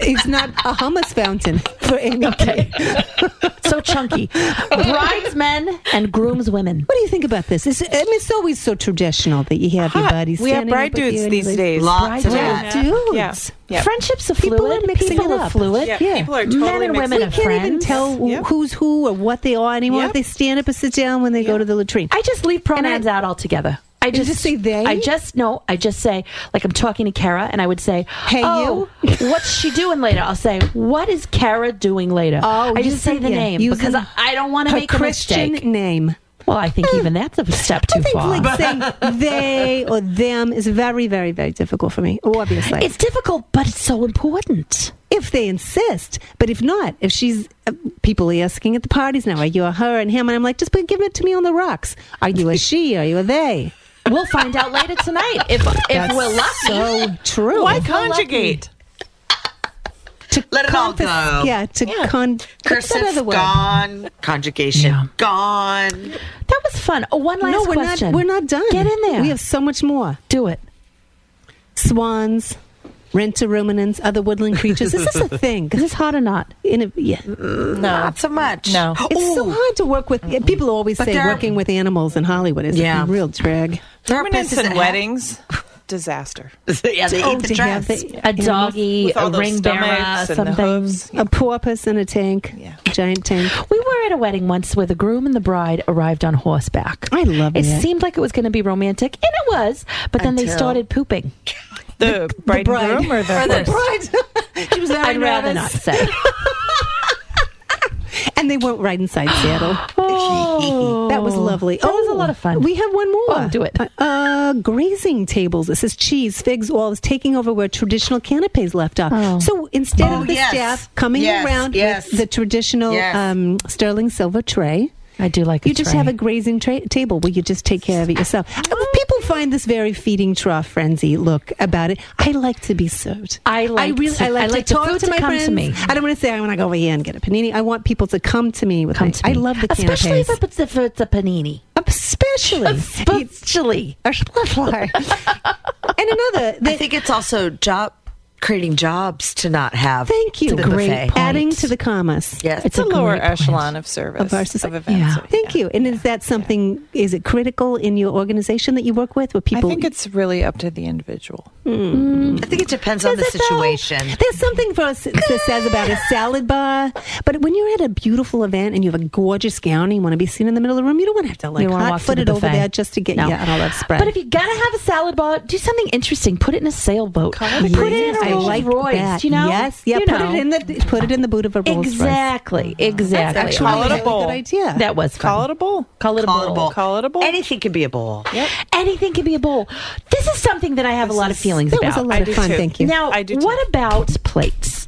Speaker 2: it's not a hummus fountain for Amy.
Speaker 3: So chunky. Bridesmen and groomswomen.
Speaker 2: What do you think about this? It's, I mean, it's always so traditional that you have your
Speaker 4: hot.
Speaker 2: buddies.
Speaker 4: We have bride dudes these days.
Speaker 5: Lots of
Speaker 2: Bride
Speaker 5: that.
Speaker 2: dudes.
Speaker 4: Yeah. Yeah.
Speaker 3: Friendships are
Speaker 2: People
Speaker 3: fluid.
Speaker 2: are mixing
Speaker 3: People
Speaker 2: it
Speaker 3: are
Speaker 2: up.
Speaker 3: fluid.
Speaker 4: yeah,
Speaker 2: yeah.
Speaker 4: People are
Speaker 3: Men
Speaker 4: totally
Speaker 3: and
Speaker 4: mixed
Speaker 3: women
Speaker 4: up.
Speaker 3: are
Speaker 2: Can't even
Speaker 3: Friends.
Speaker 2: tell who-
Speaker 4: Yep.
Speaker 2: who's who or what they are anymore. If
Speaker 4: Yep.
Speaker 2: they stand up or sit down when they go to the latrine.
Speaker 3: I just leave pronouns
Speaker 2: And I-
Speaker 3: out altogether. I
Speaker 2: You
Speaker 3: just,
Speaker 2: just say they?
Speaker 3: I just no. I just say like I'm talking to Kara, and I would say,
Speaker 2: Hey,
Speaker 3: oh, what's she doing later?" I'll say, "What is Kara doing later?"
Speaker 2: Oh,
Speaker 3: I just say the
Speaker 2: using- yeah,
Speaker 3: name
Speaker 2: using
Speaker 3: because I, I don't want to
Speaker 2: her
Speaker 3: make a
Speaker 2: Christian
Speaker 3: mistake.
Speaker 2: name.
Speaker 3: Well, Uh, I think even that's a step
Speaker 2: I
Speaker 3: too
Speaker 2: think
Speaker 3: far.
Speaker 2: like saying they or them is very, very, very difficult for me. Obviously,
Speaker 3: it's difficult, but it's so important.
Speaker 2: if they insist. But if not, if she's uh, people are asking at the parties now, are you a her and him? And I'm like, just put, give it to me on the rocks. Are you a she? Are you a they?
Speaker 3: We'll find out later tonight if if we're lucky.
Speaker 2: So true.
Speaker 4: Why conjugate?
Speaker 5: Let it all go.
Speaker 2: Yeah, to con. what's that
Speaker 5: Cursive
Speaker 2: other word?
Speaker 5: gone. Conjugation
Speaker 3: Yeah.
Speaker 5: gone.
Speaker 3: That was is fun. Oh, one last
Speaker 2: no, we're
Speaker 3: question.
Speaker 2: not. We're not done.
Speaker 3: Get in there.
Speaker 2: We have so much more.
Speaker 3: Do it.
Speaker 2: Swans, renter ruminants, other woodland creatures. this is a thing.
Speaker 3: Is this hot or not?
Speaker 2: In a, yeah,
Speaker 5: Not so much.
Speaker 4: No.
Speaker 2: it's so
Speaker 5: Ooh,
Speaker 2: hard to work with. yeah, People always say
Speaker 5: they're-
Speaker 2: working with animals in Hollywood is
Speaker 5: Yeah.
Speaker 2: a real drag.
Speaker 5: there are
Speaker 4: Permanents
Speaker 5: places
Speaker 4: and
Speaker 5: that
Speaker 4: weddings, disaster.
Speaker 5: have- yeah, they
Speaker 2: Oh,
Speaker 5: eat the
Speaker 2: to have
Speaker 5: dress.
Speaker 2: the
Speaker 3: A
Speaker 2: animals.
Speaker 3: doggy,
Speaker 4: With all
Speaker 3: a
Speaker 4: those
Speaker 3: ring bearer,
Speaker 4: stomachs and the
Speaker 3: something.
Speaker 4: hooves.
Speaker 2: a porpoise in a tank,
Speaker 4: Yeah.
Speaker 2: giant tank.
Speaker 3: We were at a wedding once where the groom and the bride arrived on horseback.
Speaker 2: I love
Speaker 3: it.
Speaker 2: it.
Speaker 3: seemed like it was going to be romantic, and it was, but then they
Speaker 5: Until-
Speaker 3: started pooping.
Speaker 4: The, bride,
Speaker 2: bride.
Speaker 4: and groom or the, horse?
Speaker 2: bride. she was very
Speaker 3: I'd rather not
Speaker 2: nervous.
Speaker 3: say.
Speaker 2: And they weren't right inside Seattle.
Speaker 3: Oh,
Speaker 2: That was lovely. Oh,
Speaker 3: That was a lot of fun.
Speaker 2: We have one more.
Speaker 3: Oh, do it.
Speaker 2: Uh, grazing tables. This is cheese, figs, all is taking over where traditional canapes left off. So instead
Speaker 5: Oh,
Speaker 2: of the
Speaker 5: yes.
Speaker 2: staff coming
Speaker 5: Yes,
Speaker 2: around
Speaker 5: yes.
Speaker 2: with the traditional
Speaker 5: Yes.
Speaker 2: um, sterling silver tray,
Speaker 3: I do like.
Speaker 2: you just have a grazing tra- table where you just take care of it yourself. People find this very feeding trough frenzy look about it. I like to be served.
Speaker 3: I
Speaker 2: I
Speaker 3: like
Speaker 2: really
Speaker 3: to-
Speaker 2: I like,
Speaker 3: I like
Speaker 2: to
Speaker 3: the
Speaker 2: talk
Speaker 3: food
Speaker 2: to
Speaker 3: to
Speaker 2: my
Speaker 3: come to
Speaker 2: friends.
Speaker 3: me.
Speaker 2: I don't want to say I want to go over here and get a panini. I want people to come to me with
Speaker 3: Come
Speaker 2: me.
Speaker 3: to me.
Speaker 2: I love the
Speaker 3: especially
Speaker 2: canapes.
Speaker 3: if it's if it's a panini,
Speaker 2: especially
Speaker 3: especially.
Speaker 2: and another
Speaker 5: I
Speaker 2: that,
Speaker 5: think it's also job creating jobs to not have.
Speaker 2: thank you
Speaker 5: the buffet.
Speaker 3: point.
Speaker 2: adding to the commas
Speaker 5: Yes.
Speaker 4: It's a lower
Speaker 3: great point.
Speaker 4: echelon of service
Speaker 2: of our society.
Speaker 3: Oh,
Speaker 4: events. so,
Speaker 2: Thank
Speaker 4: yeah.
Speaker 2: you. And is that something? Is it critical in your organization that you work with, where
Speaker 4: I
Speaker 2: people?
Speaker 4: think it's really up to the individual.
Speaker 5: I think it depends on the
Speaker 2: Is it though?
Speaker 5: situation.
Speaker 2: There's something for us that says about a salad bar, but when you're at a beautiful event and you have a gorgeous gown and you want to be seen in the middle of the room, you don't want to have to like
Speaker 3: You wanna
Speaker 2: hot
Speaker 3: walk to
Speaker 2: foot
Speaker 3: the
Speaker 2: it over
Speaker 3: buffet.
Speaker 2: there just to get
Speaker 3: No.
Speaker 2: yeah, and all that spread.
Speaker 3: But if you're gonna have a salad bar, do something interesting. Put it in a sailboat.
Speaker 4: Call it a
Speaker 3: put it in a
Speaker 4: cruise.
Speaker 2: I
Speaker 3: Rolls
Speaker 2: like
Speaker 3: Royce.
Speaker 2: that.
Speaker 3: You know?
Speaker 2: yes, yeah.
Speaker 3: You
Speaker 2: put
Speaker 3: know.
Speaker 2: it in the put it in the boot of a Rolls Royce.
Speaker 3: Exactly. Exactly.
Speaker 5: actually
Speaker 4: Call it a
Speaker 2: Really
Speaker 4: bowl.
Speaker 2: Good idea.
Speaker 3: that was fun.
Speaker 4: Call it a bowl.
Speaker 3: Call it a
Speaker 5: Call it a bowl.
Speaker 4: Call it a bowl.
Speaker 5: Anything can be a bowl.
Speaker 3: Anything can be a bowl. This is something that I have a lot of feelings
Speaker 2: that
Speaker 3: about.
Speaker 2: was a lot
Speaker 4: I
Speaker 2: of
Speaker 4: do
Speaker 2: fun.
Speaker 4: too.
Speaker 2: Thank you.
Speaker 3: Now,
Speaker 4: I do too.
Speaker 3: what about plates?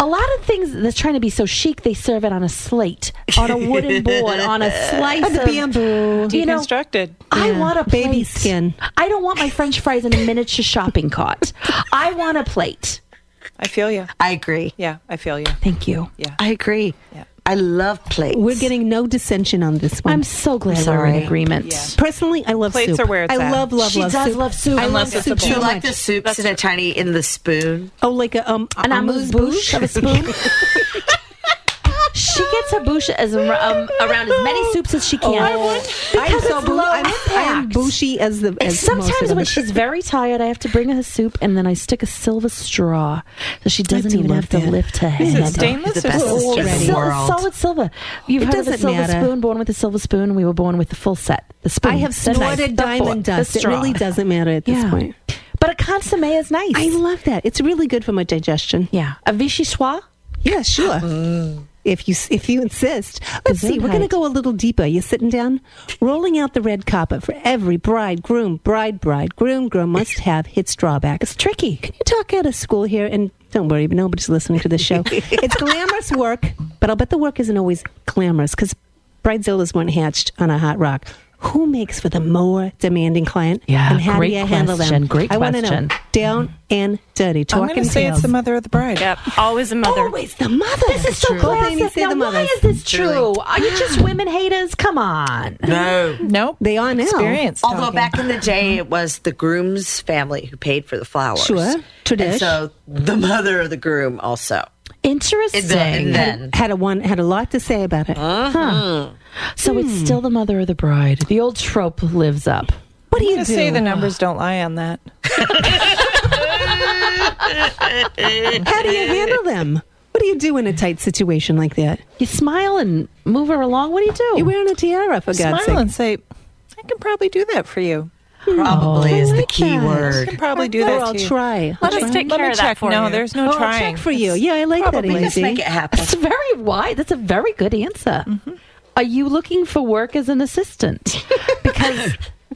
Speaker 3: A lot of things that's trying to be so chic, they serve it on a slate, on a wooden board, on a slice
Speaker 2: the
Speaker 3: of
Speaker 2: bamboo.
Speaker 3: You know,
Speaker 4: Deconstructed.
Speaker 3: I
Speaker 2: Yeah.
Speaker 3: want a plate.
Speaker 2: Baby skin.
Speaker 3: I don't want my French fries in a miniature shopping cart. I want a plate.
Speaker 4: I feel you.
Speaker 5: I agree.
Speaker 4: Yeah, I feel you.
Speaker 3: Thank you.
Speaker 5: I agree. I love plates.
Speaker 2: We're getting no dissension on this one.
Speaker 3: Oh, I'm so glad we're
Speaker 5: sorry.
Speaker 3: in agreement.
Speaker 2: Personally, I love
Speaker 4: Plates
Speaker 2: soup.
Speaker 4: are where it's
Speaker 2: I
Speaker 4: at.
Speaker 2: love, love,
Speaker 3: She
Speaker 2: love
Speaker 3: does
Speaker 2: soup.
Speaker 3: love soup.
Speaker 2: I love
Speaker 4: Unless it's a
Speaker 2: soup
Speaker 5: Do
Speaker 4: bowl.
Speaker 5: you
Speaker 2: so
Speaker 5: like
Speaker 2: much.
Speaker 5: the soups in a tiny in the spoon?
Speaker 2: Oh, like a um,
Speaker 3: An amuse bouche of a spoon. she gets her bouche as ar- um, around as many soups as she can.
Speaker 2: I'm
Speaker 3: Oh, Because
Speaker 2: so
Speaker 3: it's
Speaker 2: bou-
Speaker 3: low
Speaker 2: I'm, I'm
Speaker 3: impact.
Speaker 2: bushy as the.
Speaker 3: And
Speaker 2: As most of
Speaker 3: sometimes
Speaker 2: them.
Speaker 3: when she's very tired, I have to bring her soup, and then I stick a silver straw so she doesn't
Speaker 2: do
Speaker 3: even
Speaker 2: love
Speaker 3: have to
Speaker 2: that.
Speaker 3: lift her
Speaker 4: Is
Speaker 3: head.
Speaker 4: it stainless
Speaker 5: The
Speaker 4: or
Speaker 5: best
Speaker 4: silver?
Speaker 5: is
Speaker 3: It's
Speaker 5: Already.
Speaker 3: sil-
Speaker 5: World.
Speaker 3: solid silver. You've
Speaker 2: It
Speaker 3: heard of the
Speaker 2: doesn't
Speaker 3: silver
Speaker 2: matter.
Speaker 3: spoon. Born with a silver spoon, we were born with the full set. The spoon.
Speaker 2: I have
Speaker 3: the knife,
Speaker 2: snorted
Speaker 3: the fork,
Speaker 2: diamond
Speaker 3: the
Speaker 2: dust. It
Speaker 3: straw.
Speaker 2: really doesn't matter at this
Speaker 3: Yeah.
Speaker 2: point.
Speaker 3: But a consomme is nice.
Speaker 2: I love that. It's really good for my digestion.
Speaker 3: yeah, a vichyssoise.
Speaker 2: Yeah, sure. If you if you insist, let's see. We're going to
Speaker 3: Gesundheit.
Speaker 2: go a little deeper. You're sitting down, rolling out the red carpet for every bride, groom, bride, bride, groom, groom must have its drawbacks. It's tricky. Can you talk out of school here? And don't worry, nobody's listening to this show. it's glamorous work, but I'll bet the work isn't always glamorous because bridezillas weren't hatched on a hot rock. Who makes for the more demanding client?
Speaker 3: Yeah,
Speaker 2: and how
Speaker 3: great
Speaker 2: do you handle them?
Speaker 3: question, great
Speaker 2: I want to know
Speaker 3: question.
Speaker 2: down and dirty.
Speaker 4: I'm
Speaker 2: Talking
Speaker 4: going to say
Speaker 2: tails.
Speaker 4: it's the mother of the bride.
Speaker 6: Yep. Always a mother.
Speaker 2: Always the mother.
Speaker 3: This is so
Speaker 2: Well, they didn't
Speaker 3: classic.
Speaker 2: say
Speaker 3: Now,
Speaker 2: the
Speaker 3: why
Speaker 2: mothers.
Speaker 3: is this true? Are you just women haters? Come on.
Speaker 5: No.
Speaker 4: Nope.
Speaker 2: They are now.
Speaker 4: Experience.
Speaker 5: Although
Speaker 4: talking.
Speaker 5: back in the day, it was the groom's family who paid for the flowers.
Speaker 2: Sure. Tradish.
Speaker 5: And so the mother of the groom also.
Speaker 3: Interesting.
Speaker 5: And then, and then.
Speaker 2: had a one had a lot to say about it.
Speaker 3: So it's still the mother of the bride. The old trope lives up.
Speaker 2: what do you
Speaker 4: I'm
Speaker 2: do?
Speaker 4: going to say the numbers don't lie on that.
Speaker 2: How do you handle them? What do you do in a tight situation like that?
Speaker 3: You smile and move her along. What do you do?
Speaker 2: You're wearing a tiara for God's
Speaker 4: Smile
Speaker 2: sake.
Speaker 4: and say, I can probably do that for you.
Speaker 5: Probably is the
Speaker 2: like
Speaker 5: key
Speaker 2: that.
Speaker 4: Oh, I can
Speaker 5: word.
Speaker 4: probably do
Speaker 2: Or
Speaker 4: that
Speaker 2: I'll
Speaker 4: to you.
Speaker 2: try.
Speaker 6: Let us take
Speaker 4: Let
Speaker 6: care
Speaker 4: me
Speaker 6: of that
Speaker 4: Oh, check.
Speaker 6: for
Speaker 4: No,
Speaker 6: you.
Speaker 4: there's no
Speaker 2: I'll
Speaker 4: trying.
Speaker 2: check for you. Yeah, I like that,
Speaker 5: Probably just
Speaker 2: Lindsay.
Speaker 5: make it happen.
Speaker 3: That's very wide. That's a very good answer. Are you looking for work as an assistant? Because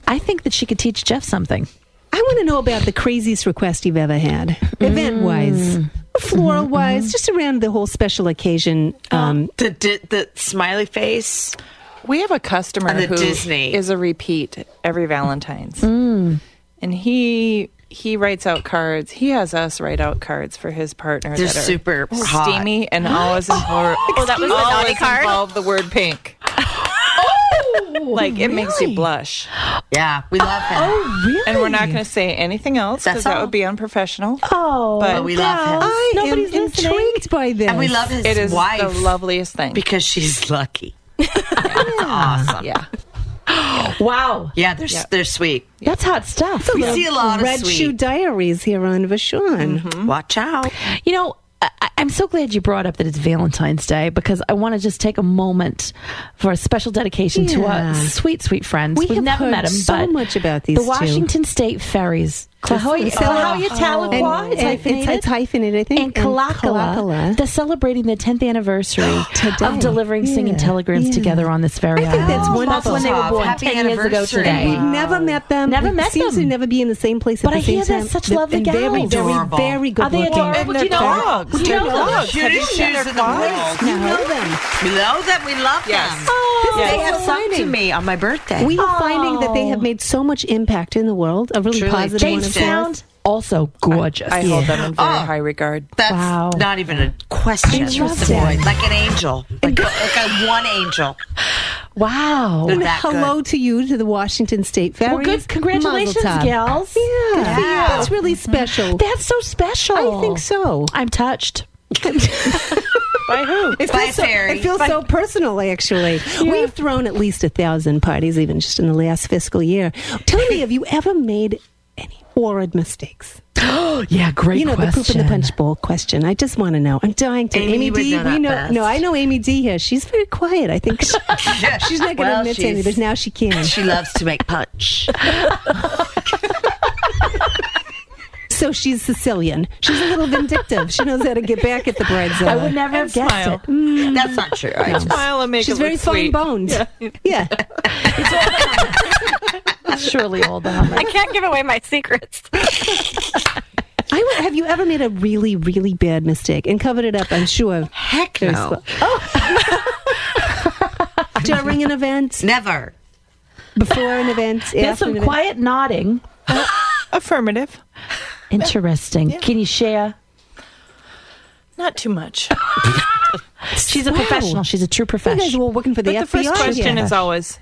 Speaker 3: I think that she could teach Jeff something.
Speaker 2: I want to know about the craziest request you've ever had, event wise, floral wise, just around the whole special occasion. Um,
Speaker 5: The, di- the smiley face.
Speaker 4: We have a customer
Speaker 5: And the
Speaker 4: who
Speaker 5: Disney. Mm.
Speaker 4: is a repeat every Valentine's, and he he writes out cards. He has us write out cards for his partner.
Speaker 5: They're
Speaker 4: that are
Speaker 5: super hot.
Speaker 4: steamy and always involve.
Speaker 6: Oh, that was the naughty
Speaker 4: always
Speaker 6: card?
Speaker 4: involve the word pink.
Speaker 5: Oh,
Speaker 4: like it makes you blush.
Speaker 5: Yeah, we love him.
Speaker 3: Really?
Speaker 4: And we're not going to say anything else
Speaker 5: That's
Speaker 4: because that
Speaker 5: all.
Speaker 4: would be unprofessional.
Speaker 3: Oh,
Speaker 5: but we love him.
Speaker 2: I
Speaker 3: Nobody's
Speaker 2: am
Speaker 3: listening.
Speaker 2: intrigued by this.
Speaker 5: and we love his
Speaker 4: it is
Speaker 5: wife
Speaker 4: the loveliest thing.
Speaker 5: because she's lucky. That's awesome.
Speaker 4: yeah.
Speaker 3: wow.
Speaker 5: Yeah, they're, they're sweet.
Speaker 3: That's hot stuff.
Speaker 5: We see a lot of
Speaker 2: Red
Speaker 5: sweet.
Speaker 2: Shoe Diaries here on Vashon.
Speaker 3: Mm-hmm.
Speaker 5: Watch out.
Speaker 3: You know, I, I'm so glad you brought up that it's Valentine's Day because I want to just take a moment for a special dedication to our
Speaker 2: Yeah.
Speaker 3: sweet, sweet friends.
Speaker 2: We
Speaker 3: We've
Speaker 2: have
Speaker 3: never
Speaker 2: heard
Speaker 3: met them,
Speaker 2: so
Speaker 3: but
Speaker 2: much about these
Speaker 3: The
Speaker 2: two.
Speaker 3: Washington State Ferries, Clahoy,
Speaker 2: is so-
Speaker 3: Clahoya Tahlequah,
Speaker 2: And-
Speaker 3: it's
Speaker 2: and-
Speaker 3: hyphenated.
Speaker 2: it's- it's hyphenated, I think,
Speaker 3: And
Speaker 2: and
Speaker 3: Kalakala.
Speaker 2: Kalakala.
Speaker 3: They're celebrating their 10th anniversary
Speaker 2: Today.
Speaker 3: of delivering singing
Speaker 2: Yeah,
Speaker 3: telegrams
Speaker 2: yeah.
Speaker 3: together on this ferry.
Speaker 2: I think that's
Speaker 3: island.
Speaker 2: wonderful.
Speaker 3: when they were born
Speaker 5: Happy
Speaker 3: 10 years ago
Speaker 5: anniversary.
Speaker 3: today.
Speaker 2: We've never met them.
Speaker 3: Never
Speaker 2: we
Speaker 3: met
Speaker 2: seems
Speaker 3: them.
Speaker 2: to never be in the same place at
Speaker 3: But
Speaker 2: the
Speaker 3: I
Speaker 2: same
Speaker 3: hear they're
Speaker 2: time.
Speaker 3: such
Speaker 2: They're-
Speaker 3: lovely
Speaker 2: and Very,
Speaker 3: gals.
Speaker 2: very,
Speaker 5: Adorable.
Speaker 2: very good
Speaker 3: Are they
Speaker 2: looking.
Speaker 3: adorable?
Speaker 4: And
Speaker 3: Do
Speaker 4: their
Speaker 3: you know them?
Speaker 4: dogs.
Speaker 3: Do you
Speaker 4: Their
Speaker 3: know them?
Speaker 4: dogs. Have you
Speaker 5: Cutest
Speaker 4: seen their
Speaker 5: shoes in the
Speaker 4: claws?
Speaker 5: world.
Speaker 2: You know them.
Speaker 5: We love them. We love
Speaker 4: Yes.
Speaker 5: them.
Speaker 3: Oh,
Speaker 5: they
Speaker 2: is
Speaker 5: have
Speaker 2: so
Speaker 5: sung to
Speaker 2: exciting.
Speaker 5: me on my birthday.
Speaker 2: We are finding that they have made so much impact in the world, a really
Speaker 5: Truly,
Speaker 2: positive
Speaker 5: they
Speaker 2: one.
Speaker 3: they
Speaker 2: as
Speaker 5: sound
Speaker 2: well.
Speaker 3: sound also gorgeous.
Speaker 4: I hold them in very
Speaker 5: Oh.
Speaker 4: high regard.
Speaker 5: That's
Speaker 3: Wow.
Speaker 5: not even a question.
Speaker 3: love
Speaker 5: Mr.
Speaker 3: them.
Speaker 5: Boyd. Like an angel. Like, like a one angel.
Speaker 3: Wow.
Speaker 5: They're that
Speaker 2: Hello
Speaker 5: good.
Speaker 2: to you to the Washington State Ferries.
Speaker 3: Well, good. Congratulations, Mm-hmm.
Speaker 2: Mazel tov.
Speaker 3: gals.
Speaker 2: Yeah.
Speaker 3: Good for you.
Speaker 5: Yeah.
Speaker 2: That's really special.
Speaker 3: That's so special.
Speaker 2: I think so.
Speaker 3: I'm touched.
Speaker 4: By who?
Speaker 2: It
Speaker 5: By
Speaker 2: feels, so,
Speaker 5: ferry.
Speaker 2: it feels so personal, actually. We've thrown at least a thousand parties, even just in the last fiscal year. Tell me, have you ever made any horrid mistakes?
Speaker 3: Yeah, great
Speaker 2: you know, the poop in
Speaker 3: question.
Speaker 2: the punch bowl question. I just want to know. I'm dying to.
Speaker 5: Amy,
Speaker 2: Amy,
Speaker 5: you would
Speaker 2: D,
Speaker 5: know that
Speaker 2: we know.
Speaker 5: best.
Speaker 2: No, I know Amy D here. She's very quiet. I think she- she's not going to
Speaker 5: Well,
Speaker 2: admit to
Speaker 5: she's-
Speaker 2: any, but now she can.
Speaker 5: She loves to make punch.
Speaker 2: So she's Sicilian. She's a little vindictive. She knows how to get back at the uh, bridezilla.
Speaker 3: I would never have guessed
Speaker 4: smile.
Speaker 3: it.
Speaker 5: That's not true. I just,
Speaker 4: Smile and make
Speaker 2: She's
Speaker 4: it
Speaker 2: very
Speaker 4: look
Speaker 2: fine
Speaker 4: sweet.
Speaker 2: boned. Yeah.
Speaker 3: Surely all the
Speaker 6: I can't give away my secrets.
Speaker 2: I wa- have you ever made a really, really bad mistake and covered it up? I'm sure.
Speaker 5: heck no.
Speaker 2: During an event,
Speaker 5: Never.
Speaker 2: before an event,
Speaker 3: There's
Speaker 2: after an
Speaker 3: some
Speaker 2: event.
Speaker 3: quiet nodding.
Speaker 4: Affirmative.
Speaker 3: Interesting. Can you share?
Speaker 4: Not too much.
Speaker 3: She's a professional. She's a true
Speaker 2: You guys
Speaker 3: professional.
Speaker 2: were working for the
Speaker 4: But the
Speaker 2: FBI.
Speaker 4: first question
Speaker 2: yeah.
Speaker 4: is always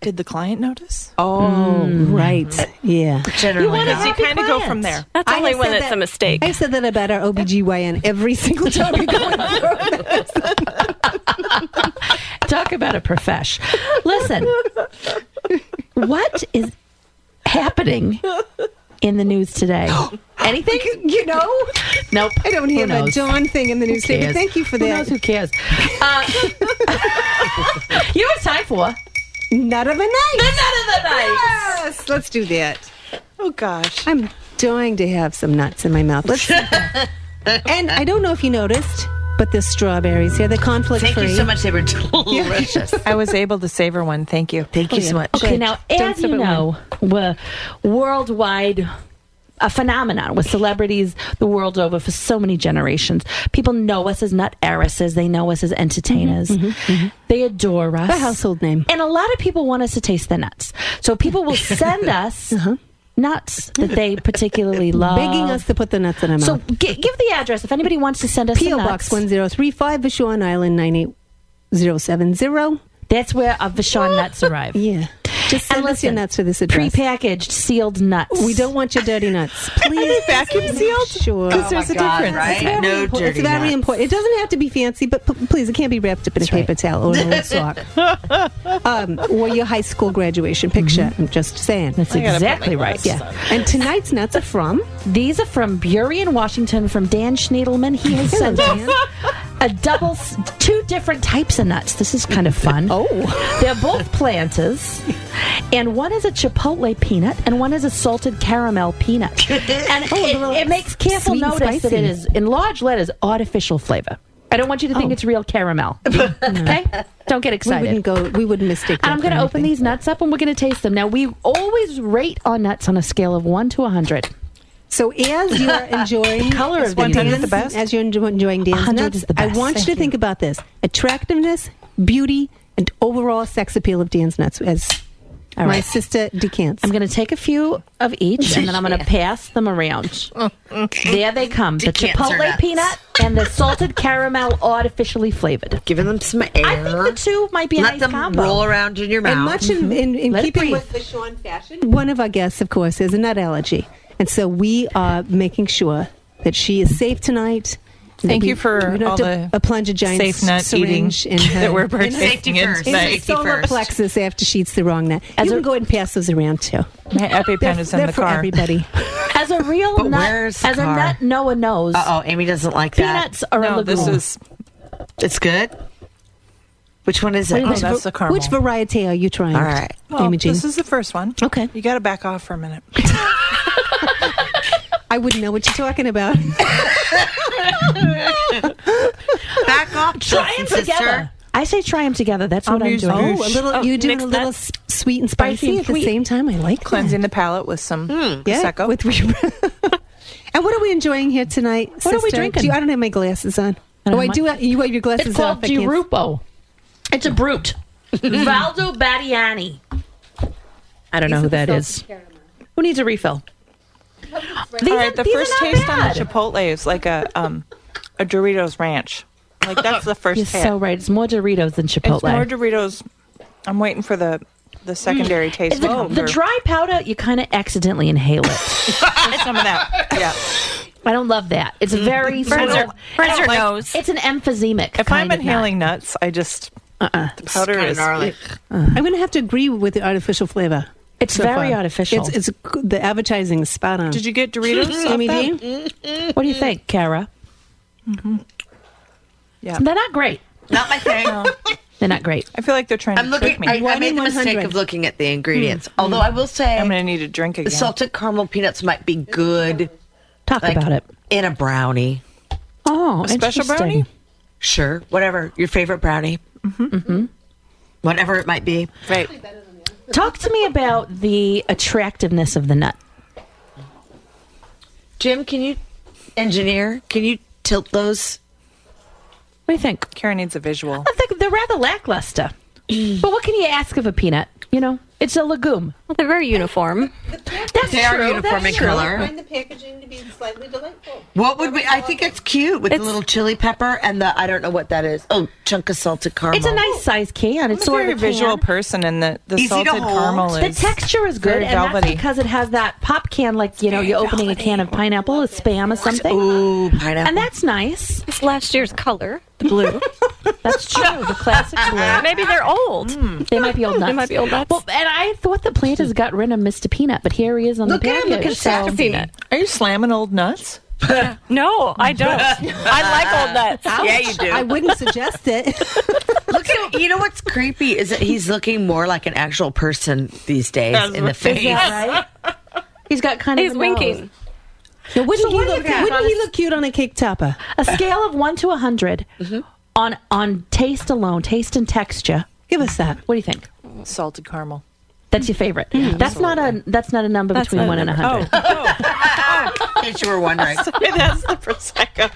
Speaker 4: Did the client notice?
Speaker 2: oh, right. Yeah.
Speaker 5: Generally,
Speaker 3: wanna
Speaker 5: not.
Speaker 3: see-
Speaker 4: You
Speaker 3: Happy
Speaker 4: kind of go
Speaker 3: clients.
Speaker 4: from there.
Speaker 6: That's
Speaker 2: I
Speaker 6: only
Speaker 2: have
Speaker 6: when
Speaker 2: said
Speaker 6: it's
Speaker 2: that-
Speaker 6: a mistake.
Speaker 2: I've said that about our OBGYN every single time we go
Speaker 3: Talk about a profesh. Listen, what is happening in the news today? Anything?
Speaker 2: You know?
Speaker 3: Nope.
Speaker 2: I don't hear
Speaker 3: Who
Speaker 2: that
Speaker 3: knows?
Speaker 2: John thing in the newspaper.
Speaker 3: cares?
Speaker 2: Thank you for
Speaker 3: Who knows?
Speaker 2: that.
Speaker 3: Who cares? Uh, you know what it's time for?
Speaker 2: Nut of a night.
Speaker 3: The nut of the night.
Speaker 2: Yes, let's do that.
Speaker 4: Oh, gosh.
Speaker 2: I'm dying to have some nuts in my mouth. Let's and I don't know if you noticed, but the strawberries here, the conflict
Speaker 5: Thank
Speaker 2: free.
Speaker 5: you so much. They were delicious.
Speaker 4: I was able to savor one. Thank you.
Speaker 5: Thank you so much.
Speaker 3: Okay, now
Speaker 2: Don't
Speaker 3: as
Speaker 2: step
Speaker 3: you
Speaker 2: it
Speaker 3: know, we're worldwide a phenomenon with celebrities the world over for so many generations. People know us as nut heiresses. They know us as entertainers.
Speaker 2: Mm-hmm,
Speaker 3: They adore us.
Speaker 2: A household name.
Speaker 3: And a lot of people want us to taste their nuts. So people will send us nuts that they particularly love.
Speaker 2: Uh-huh. Begging us to put the nuts in our mouth.
Speaker 3: So gi- give the address if anybody wants to send us
Speaker 2: PO
Speaker 3: the
Speaker 2: Box
Speaker 3: nuts.
Speaker 2: 1035, Vashon Island 98070.
Speaker 3: That's where our Vashon nuts arrive.
Speaker 2: Yeah. Just send
Speaker 3: And
Speaker 2: us your
Speaker 3: listen,
Speaker 2: nuts to this address.
Speaker 3: Prepackaged, sealed nuts.
Speaker 2: we don't want your dirty nuts. Please.
Speaker 4: vacuum
Speaker 2: make
Speaker 4: sealed?
Speaker 2: Sure.
Speaker 4: Because there's a
Speaker 5: Oh God,
Speaker 4: difference.
Speaker 5: right?
Speaker 2: It's very
Speaker 5: No
Speaker 2: important.
Speaker 5: dirty
Speaker 2: It's very
Speaker 5: nuts.
Speaker 2: important. It doesn't have to be fancy, but p- please, it can't be wrapped up in a paper towel or an old sock. um, or your high school graduation picture. I'm just saying.
Speaker 3: That's
Speaker 4: gotta put my
Speaker 3: exactly right.
Speaker 4: glasses
Speaker 3: Yeah.
Speaker 2: And tonight's nuts are from.
Speaker 3: These are from Bury in Washington from Dan Schneedelman. He has sent us a double, s- two different types of nuts. This is kind of fun.
Speaker 2: Oh.
Speaker 3: They're both planters, and one is a chipotle peanut, and one is a salted caramel peanut. And it, it makes careful
Speaker 2: Oh, sweet and
Speaker 3: notice that it
Speaker 2: spicy.
Speaker 3: is, in large letters, artificial flavor. I don't want you to think it's real caramel. okay? Don't get
Speaker 2: Oh. We
Speaker 3: excited.
Speaker 2: wouldn't go. We wouldn't mistake.
Speaker 3: And I'm going to open these nuts up and we're going to taste them. Now, we always rate our nuts on a scale of 1 to 100.
Speaker 2: So as you're enjoying
Speaker 3: color of Is the 100
Speaker 4: nuts. the best?
Speaker 2: as you're enjo- enjoying Dan's
Speaker 3: 100
Speaker 2: nuts,
Speaker 3: is the best.
Speaker 2: I want
Speaker 3: Thank
Speaker 2: you to think about this: attractiveness, beauty, and overall sex appeal of Dan's nuts as
Speaker 3: All
Speaker 2: My
Speaker 3: right.
Speaker 2: sister decants.
Speaker 3: I'm going to take a few of each and then I'm going to pass them around. there they come the
Speaker 5: Decants are
Speaker 3: chipotle
Speaker 5: nuts.
Speaker 3: peanut and the salted caramel artificially flavored.
Speaker 5: Giving them some air.
Speaker 3: I think the two might be a
Speaker 5: Let
Speaker 3: nice
Speaker 5: them
Speaker 3: combo.
Speaker 5: roll around in your mouth.
Speaker 2: And much in, in, in
Speaker 3: Let it
Speaker 2: keeping
Speaker 3: breathe.
Speaker 2: with the Sean fashion, one of our guests, of course, has a nut allergy. And so we are making sure that she is safe tonight. and
Speaker 4: Thank
Speaker 2: that
Speaker 4: you
Speaker 2: we-
Speaker 4: for
Speaker 2: we don't
Speaker 4: all
Speaker 2: have to
Speaker 4: the
Speaker 2: uh, plunge a giant
Speaker 4: safe nut
Speaker 2: syringe
Speaker 4: eating
Speaker 2: in her,
Speaker 4: that we're
Speaker 2: in her,
Speaker 4: partaking in
Speaker 5: first.
Speaker 2: in her
Speaker 4: today.
Speaker 5: Safety
Speaker 2: solar
Speaker 5: first.
Speaker 2: plexus after she eats the wrong nut. you can go ahead and pass those around too.
Speaker 4: My EpiPen is in
Speaker 2: They're
Speaker 4: the
Speaker 2: for
Speaker 4: car.
Speaker 2: everybody.
Speaker 3: As a real
Speaker 5: But
Speaker 3: nut,
Speaker 5: where's the
Speaker 3: as a
Speaker 5: car?
Speaker 3: nut, no one knows.
Speaker 5: Uh oh, Amy doesn't like that.
Speaker 3: Peanuts are a
Speaker 4: No,
Speaker 3: legume.
Speaker 4: this is
Speaker 5: It's good. Which one is it?
Speaker 4: Oh, that's the caramel.
Speaker 2: Which variety are you trying?
Speaker 5: All right.
Speaker 4: Well,
Speaker 2: Amy Jean?
Speaker 4: this is the first one.
Speaker 2: Okay.
Speaker 4: You got to back off for a minute.
Speaker 2: I wouldn't know what you're talking about.
Speaker 5: Back off,
Speaker 3: try
Speaker 5: Justin,
Speaker 3: them together. I say try them together. That's what I'm
Speaker 4: using
Speaker 3: doing.
Speaker 4: Oh,
Speaker 2: Oh, a little.
Speaker 4: Oh,
Speaker 2: you're doing
Speaker 4: mix
Speaker 2: a little
Speaker 4: that.
Speaker 2: s- sweet and
Speaker 3: Spicy
Speaker 2: spicy
Speaker 3: and
Speaker 2: at the
Speaker 3: sweet.
Speaker 2: same time. I like
Speaker 4: Cleansing
Speaker 2: that.
Speaker 4: the palate with some
Speaker 2: Yeah,
Speaker 4: prosecco.
Speaker 2: with And what are we enjoying here tonight?
Speaker 3: What are we
Speaker 2: sister?
Speaker 3: drinking?
Speaker 2: Do you- I don't have my glasses on.
Speaker 3: don't
Speaker 2: oh, I
Speaker 3: have
Speaker 2: do. Have, you have your glasses
Speaker 3: It's called
Speaker 2: off. I can't-
Speaker 3: Girupo. It's a brute. Valdo Battiani. I don't know who that is. Who needs a refill? These
Speaker 4: All
Speaker 3: are-
Speaker 4: right, the
Speaker 3: these are
Speaker 4: first
Speaker 3: not
Speaker 4: taste on
Speaker 3: bad.
Speaker 4: the Chipotle is like a um a Doritos Ranch. Like that's the 1st
Speaker 3: You're
Speaker 4: taste.
Speaker 3: so right. It's more Doritos than Chipotle.
Speaker 4: It's more Doritos. I'm waiting for the the secondary
Speaker 5: Mm.
Speaker 4: taste. to
Speaker 3: the,
Speaker 4: come
Speaker 3: the
Speaker 4: through.
Speaker 3: dry powder, you kind of accidentally inhale it.
Speaker 4: There's some of that. Yeah.
Speaker 3: I don't love that. It's very sort
Speaker 6: Burns
Speaker 3: of-
Speaker 6: your, burns your nose.
Speaker 3: It's an emphysemic.
Speaker 4: If
Speaker 3: kind
Speaker 4: I'm
Speaker 3: of nut.
Speaker 4: inhaling nuts, I just the powder
Speaker 5: Uh-uh. Kinda
Speaker 4: is
Speaker 5: gnarly.
Speaker 2: Uh. I'm going to have to agree with the artificial flavor.
Speaker 3: it's
Speaker 2: so
Speaker 3: very
Speaker 2: far.
Speaker 3: artificial.
Speaker 2: It's, it's the advertising is spot on.
Speaker 4: Did you get
Speaker 5: Mm-hmm.
Speaker 4: Doritos? off
Speaker 2: Amy
Speaker 4: that?
Speaker 2: Dean?
Speaker 3: what do you think, Kara?
Speaker 4: Yeah.
Speaker 3: They're not great.
Speaker 5: Not my thing.
Speaker 3: They're not great.
Speaker 4: I feel like they're trying
Speaker 5: I'm
Speaker 4: to trick
Speaker 5: looking.
Speaker 4: me.
Speaker 5: I,
Speaker 4: I,
Speaker 5: I
Speaker 2: One in
Speaker 5: made the
Speaker 2: 100.
Speaker 5: mistake of looking at the
Speaker 3: Hmm.
Speaker 5: ingredients. Although I will say,
Speaker 4: am gonna need a drink again.
Speaker 5: the salted caramel peanuts might be good
Speaker 3: Talk
Speaker 5: like,
Speaker 3: about it.
Speaker 5: in a brownie.
Speaker 3: Oh,
Speaker 4: special
Speaker 3: interesting.
Speaker 4: brownie?
Speaker 5: Sure, whatever your favorite brownie. Mm-hmm. Whatever it might be.
Speaker 4: Right.
Speaker 3: Talk to me about the attractiveness of the nut.
Speaker 5: Jim, can you engineer? Can you tilt those?
Speaker 3: What do you think?
Speaker 4: Karen needs a visual.
Speaker 3: I think they're rather lackluster. but what can you ask of a peanut? You know, it's a legume.
Speaker 6: Well, they're very uniform.
Speaker 3: That's
Speaker 5: They are
Speaker 3: true.
Speaker 5: uniform
Speaker 3: That's
Speaker 5: in
Speaker 3: true.
Speaker 5: color.
Speaker 2: the packaging to be slightly delightful.
Speaker 5: What would we? I think it's cute with the little chili pepper and the I don't know what that is. Oh, chunk of salted caramel.
Speaker 3: It's a nice size can. It's
Speaker 4: I'm a
Speaker 3: sort
Speaker 4: very
Speaker 3: of a can.
Speaker 4: visual person, and the, the
Speaker 5: Easy to
Speaker 4: salted
Speaker 5: hold.
Speaker 4: caramel
Speaker 3: The
Speaker 4: is
Speaker 3: texture is good,
Speaker 4: very
Speaker 3: and that's
Speaker 4: velvety.
Speaker 3: because it has that pop can, like you know, you're opening a can of pineapple, or spam, or something,
Speaker 5: Ooh, pineapple.
Speaker 3: and that's nice.
Speaker 6: It's last year's color.
Speaker 3: The blue, that's true. The classic blue.
Speaker 6: Maybe they're old.
Speaker 3: They might be old nuts.
Speaker 6: They might be old nuts.
Speaker 3: Well, and I thought the planters got rid of Mr. Peanut, but here he is on
Speaker 5: Look
Speaker 3: the
Speaker 5: at
Speaker 3: package.
Speaker 5: him, look at
Speaker 3: so-
Speaker 5: Mr. Peanut.
Speaker 4: Are you slamming old nuts?
Speaker 6: no, I don't. I like old nuts.
Speaker 5: yeah, you do.
Speaker 2: I wouldn't suggest it.
Speaker 5: Look at you know what's creepy is that he's looking more like an actual person these days in the face.
Speaker 3: Yeah, right? He's got kind of
Speaker 6: He's
Speaker 3: a
Speaker 6: winking.
Speaker 3: nose. Now, wouldn't he look,
Speaker 2: Wouldn't
Speaker 3: wouldn't
Speaker 2: he look cute on a cake topper?
Speaker 3: a scale of one to a 100 on on taste alone, taste and texture?
Speaker 2: Give us that.
Speaker 3: What do you think?
Speaker 4: Salted caramel.
Speaker 3: That's your favorite. that's not a that's not a number
Speaker 6: That's
Speaker 3: between
Speaker 6: not a
Speaker 3: one and a
Speaker 6: number.
Speaker 3: hundred.
Speaker 5: Oh. In case you were wondering,
Speaker 4: That's the prosecco.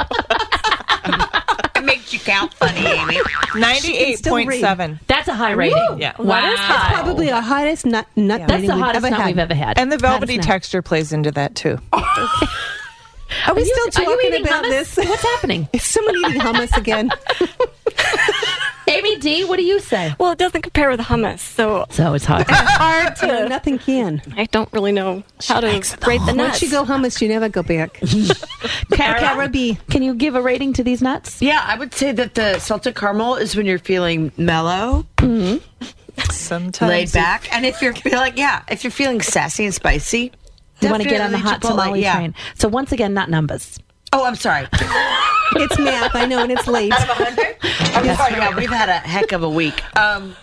Speaker 5: it makes you count funny, Amy.
Speaker 4: Ninety-eight point seven.
Speaker 3: That's a high rating.
Speaker 4: Yeah.
Speaker 3: wow.
Speaker 6: That is high.
Speaker 2: Probably the hottest nut nut
Speaker 3: That's
Speaker 2: rating
Speaker 3: the
Speaker 2: we've
Speaker 3: hottest
Speaker 2: ever
Speaker 3: nut
Speaker 2: had.
Speaker 3: we've ever had.
Speaker 4: And the velvety
Speaker 3: Hottest nut.
Speaker 4: texture plays into that too.
Speaker 5: Oh.
Speaker 2: Are we
Speaker 3: Are you-
Speaker 2: still
Speaker 3: are you
Speaker 2: talking
Speaker 3: eating
Speaker 2: about
Speaker 3: hummus?
Speaker 2: this?
Speaker 3: What's happening?
Speaker 2: Is someone eating hummus again?
Speaker 3: Amy D, what do you say?
Speaker 6: Well, it doesn't compare with hummus, so
Speaker 3: So it's hot.
Speaker 6: hard to.
Speaker 2: Nothing can.
Speaker 6: I don't really know how to rate the nuts.
Speaker 2: Once you go hummus, you never go back. Cara B.
Speaker 3: Can you give a rating to these nuts?
Speaker 5: Yeah, I would say that the salted caramel is when you're feeling mellow,
Speaker 4: Sometimes
Speaker 5: laid back, and if you're feeling yeah, if you're feeling sassy and spicy,
Speaker 3: You want to get on the
Speaker 5: definitely
Speaker 3: hot
Speaker 5: Chipotle,
Speaker 3: tamale
Speaker 5: yeah.
Speaker 3: train. So once again, not numbers.
Speaker 5: Oh, I'm sorry.
Speaker 2: It's math, I know, and it's late.
Speaker 5: I'm sorry. Yeah, we've had a heck of a week. Um,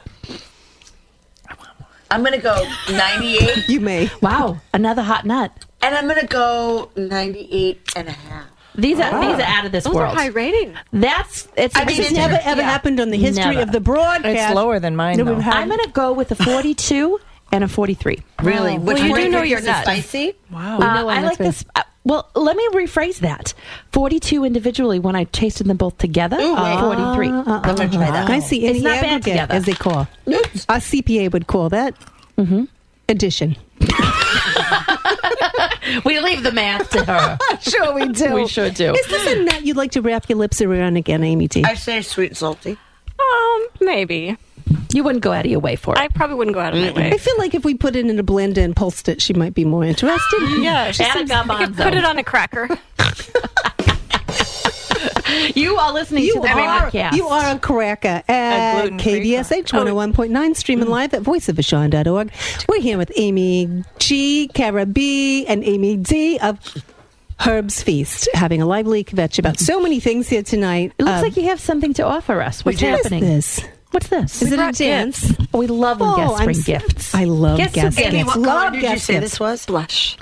Speaker 5: I'm gonna go 98,
Speaker 2: You may.
Speaker 3: Wow, another hot nut.
Speaker 5: and I'm gonna go 98 and a half.
Speaker 3: These are these are out of this
Speaker 6: Those
Speaker 3: world.
Speaker 6: are high rating.
Speaker 3: That's it's.
Speaker 5: I mean,
Speaker 2: This
Speaker 5: it's
Speaker 2: never ever
Speaker 5: Yeah.
Speaker 2: happened on the history
Speaker 3: Never.
Speaker 2: of the broadcast.
Speaker 4: It's lower than mine,
Speaker 2: that we've
Speaker 4: though.
Speaker 2: had.
Speaker 3: I'm gonna go with a 42 and a 43.
Speaker 5: Really? Which
Speaker 6: you
Speaker 5: one
Speaker 6: do know
Speaker 5: think
Speaker 6: your
Speaker 5: is
Speaker 6: nuts.
Speaker 5: Spicy?
Speaker 4: Wow.
Speaker 3: Uh, I
Speaker 2: that's
Speaker 3: like this. Uh, well, let me rephrase that. 42 individually when I tasted them both together.
Speaker 5: Ooh, wait. Uh-huh.
Speaker 3: 43.
Speaker 5: I'm gonna try that.
Speaker 2: I see. In
Speaker 3: It's
Speaker 2: the
Speaker 3: not bad
Speaker 2: aggregate,
Speaker 3: together.
Speaker 2: as they call. Our CPA would call that
Speaker 3: Mm-hmm.
Speaker 2: Addition.
Speaker 3: We leave the math to her.
Speaker 2: Sure, we do.
Speaker 3: we sure do.
Speaker 2: Is this a nut you'd like to wrap your lips around again, Amy T?
Speaker 5: I say sweet and salty.
Speaker 6: Um, maybe.
Speaker 3: You wouldn't go out of your way for it.
Speaker 6: I probably wouldn't go out of my way.
Speaker 2: I feel like if we put it in a blender and pulsed it, she might be more interested.
Speaker 6: Yeah, she
Speaker 3: Add a
Speaker 6: seems-
Speaker 3: garbanzo.
Speaker 6: Put it on a cracker.
Speaker 3: You are listening to
Speaker 2: You
Speaker 3: the
Speaker 2: are,
Speaker 3: podcast.
Speaker 2: you are a cracker at
Speaker 4: gluten-free
Speaker 2: KBSH 101.9, streaming live at voiceofashawn.org. We're here with Amy G, Cara B, and Amy D of Herb's Feast, having a lively kvetch about so many things here tonight. Um,
Speaker 3: It looks like you have something to offer us. What's
Speaker 2: what is
Speaker 3: happening?
Speaker 2: this?
Speaker 3: What's this?
Speaker 2: Is it a dance?
Speaker 3: Oh, we love when guests
Speaker 2: I'm
Speaker 3: bring
Speaker 2: s-
Speaker 3: gifts.
Speaker 2: I love
Speaker 3: Guess who
Speaker 2: guest
Speaker 3: gave
Speaker 2: gifts.
Speaker 3: me
Speaker 5: What color
Speaker 2: love
Speaker 5: did you
Speaker 2: guest
Speaker 5: say
Speaker 2: gifts.
Speaker 5: this was?
Speaker 6: Blush.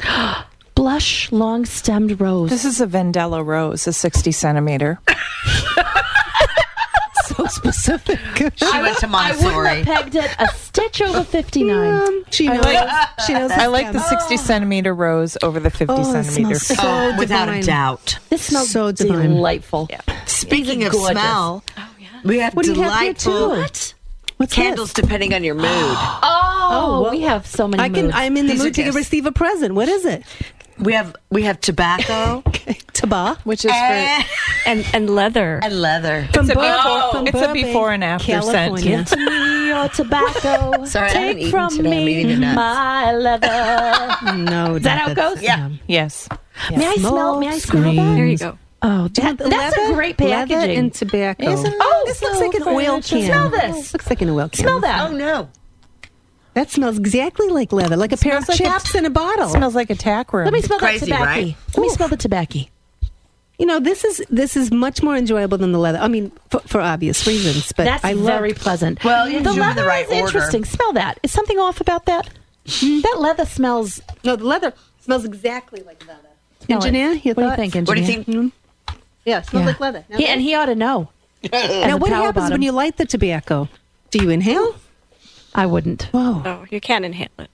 Speaker 3: Blush, long-stemmed rose.
Speaker 4: This is a Vendella rose, a 60 centimeter.
Speaker 2: so specific.
Speaker 5: She went to
Speaker 3: I wouldn't have
Speaker 5: Montessori.
Speaker 3: pegged it a stitch over 59.
Speaker 2: she knows. she knows.
Speaker 4: I like the
Speaker 2: scam.
Speaker 4: 60 centimeter rose over the 50
Speaker 2: Oh, it
Speaker 4: centimeter.
Speaker 2: smells so
Speaker 5: Oh, without
Speaker 2: divine.
Speaker 5: a doubt.
Speaker 3: This smells
Speaker 2: So divine.
Speaker 3: delightful.
Speaker 5: Speaking of
Speaker 3: gorgeous.
Speaker 5: smell, we have
Speaker 2: What do you have here
Speaker 5: delightful
Speaker 2: too? What's
Speaker 5: candles depending on your mood.
Speaker 3: Oh,
Speaker 2: well,
Speaker 3: we have so many
Speaker 2: I can.
Speaker 3: moods.
Speaker 2: I'm in the
Speaker 5: These are
Speaker 2: mood to
Speaker 5: gifts.
Speaker 2: receive a present. What is it?
Speaker 5: we have we have tobacco
Speaker 2: Taba.
Speaker 4: Which is for.
Speaker 5: and,
Speaker 6: And and leather.
Speaker 5: and leather.
Speaker 2: From
Speaker 4: It's a,
Speaker 2: Burbank-
Speaker 4: before,
Speaker 2: from
Speaker 4: it's a
Speaker 2: Burbank,
Speaker 4: before and after
Speaker 2: California.
Speaker 4: scent.
Speaker 3: Give to me your tobacco.
Speaker 5: Sorry, I haven't
Speaker 3: Take
Speaker 5: eaten
Speaker 3: from
Speaker 5: today. I'm eating
Speaker 3: me
Speaker 5: the nuts.
Speaker 3: my leather.
Speaker 2: No,
Speaker 3: that how it goes?
Speaker 5: Yeah.
Speaker 4: Yes.
Speaker 3: may I smell? May I smell that?
Speaker 6: there you go.
Speaker 3: Oh, that, that's a great packaging.
Speaker 2: Leather and tobacco.
Speaker 3: Oh,
Speaker 2: this looks like an
Speaker 3: so
Speaker 2: oil
Speaker 3: delicious.
Speaker 2: can.
Speaker 3: Smell this.
Speaker 2: Looks like an oil can.
Speaker 3: Smell that.
Speaker 5: Oh no.
Speaker 2: That smells exactly like leather, like a pair of
Speaker 4: Smells like a-
Speaker 2: chaps in a bottle.
Speaker 4: Smells like a tack room.
Speaker 3: Let me smell
Speaker 5: Crazy,
Speaker 3: that tobacco.
Speaker 5: right?
Speaker 3: Let me smell the tobacco.
Speaker 2: You know, this is this is much more enjoyable than the leather. I mean, for, for obvious reasons, but
Speaker 3: That's
Speaker 2: I love
Speaker 3: very pleasant.
Speaker 5: Well, you
Speaker 3: the
Speaker 5: do it in
Speaker 3: leather
Speaker 5: the right
Speaker 3: is interesting.
Speaker 5: order.
Speaker 3: Smell that. Is something off about that? Mm, that leather smells.
Speaker 2: no the leather smells exactly like leather.
Speaker 3: smell it.
Speaker 2: Engineer, your
Speaker 3: what do you
Speaker 2: thoughts?
Speaker 3: think, engineer?
Speaker 5: What do you think?
Speaker 2: Yeah, it smells
Speaker 3: Yeah.
Speaker 2: like leather. Now,
Speaker 3: uh, He, and he ought to know.
Speaker 2: now what happens when you light the tobacco? Do you inhale?
Speaker 3: I wouldn't.
Speaker 2: Whoa!
Speaker 6: Oh, you can't inhale it.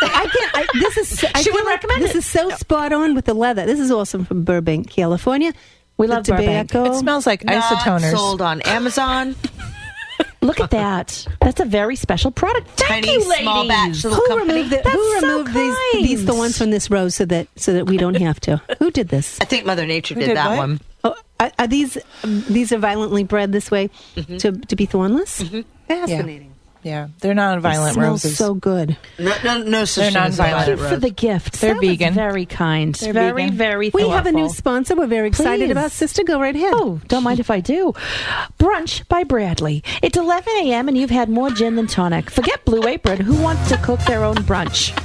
Speaker 2: I can't. I, this is. I
Speaker 3: She
Speaker 2: feel
Speaker 3: would
Speaker 2: like
Speaker 3: recommend
Speaker 2: This
Speaker 3: it.
Speaker 2: is so spot on with the leather. This is awesome from Burbank, California.
Speaker 3: We
Speaker 2: The
Speaker 3: love Burbank.
Speaker 2: tobacco.
Speaker 4: It smells like
Speaker 5: Not
Speaker 4: isotoners.
Speaker 5: sold on Amazon.
Speaker 3: Look at that. That's a very special product. Thank
Speaker 5: Tiny
Speaker 3: you, ladies.
Speaker 5: small batch little
Speaker 2: Who
Speaker 5: company.
Speaker 2: removed, the,
Speaker 3: That's
Speaker 2: who
Speaker 3: so
Speaker 2: removed these, these
Speaker 3: kind.
Speaker 2: thorns from this rose so that so that we don't have to? Who did this?
Speaker 5: I think Mother Nature did,
Speaker 4: did
Speaker 5: that
Speaker 4: what?
Speaker 5: one.
Speaker 2: Oh, are, are these um, these are violently bred this way to to be thornless? Fascinating.
Speaker 4: Yeah, they're non-violent
Speaker 2: Smells
Speaker 4: roses.
Speaker 2: so good.
Speaker 5: No, no, no
Speaker 4: They're
Speaker 5: such thing as a
Speaker 4: nonviolent.
Speaker 5: violet
Speaker 3: Thank you for
Speaker 5: rose.
Speaker 3: the gift.
Speaker 4: They're
Speaker 3: That was
Speaker 4: vegan.
Speaker 3: very kind.
Speaker 4: They're
Speaker 3: very,
Speaker 4: vegan.
Speaker 3: very
Speaker 2: We have a new
Speaker 3: thoughtful.
Speaker 2: sponsor. We're very excited
Speaker 3: Please.
Speaker 2: about. Sister, go right ahead.
Speaker 3: Oh, don't mind if I do. Brunch by Bradley. It's 11 a.m. and you've had more gin than tonic. Forget Blue Apron. Who wants to cook their own brunch?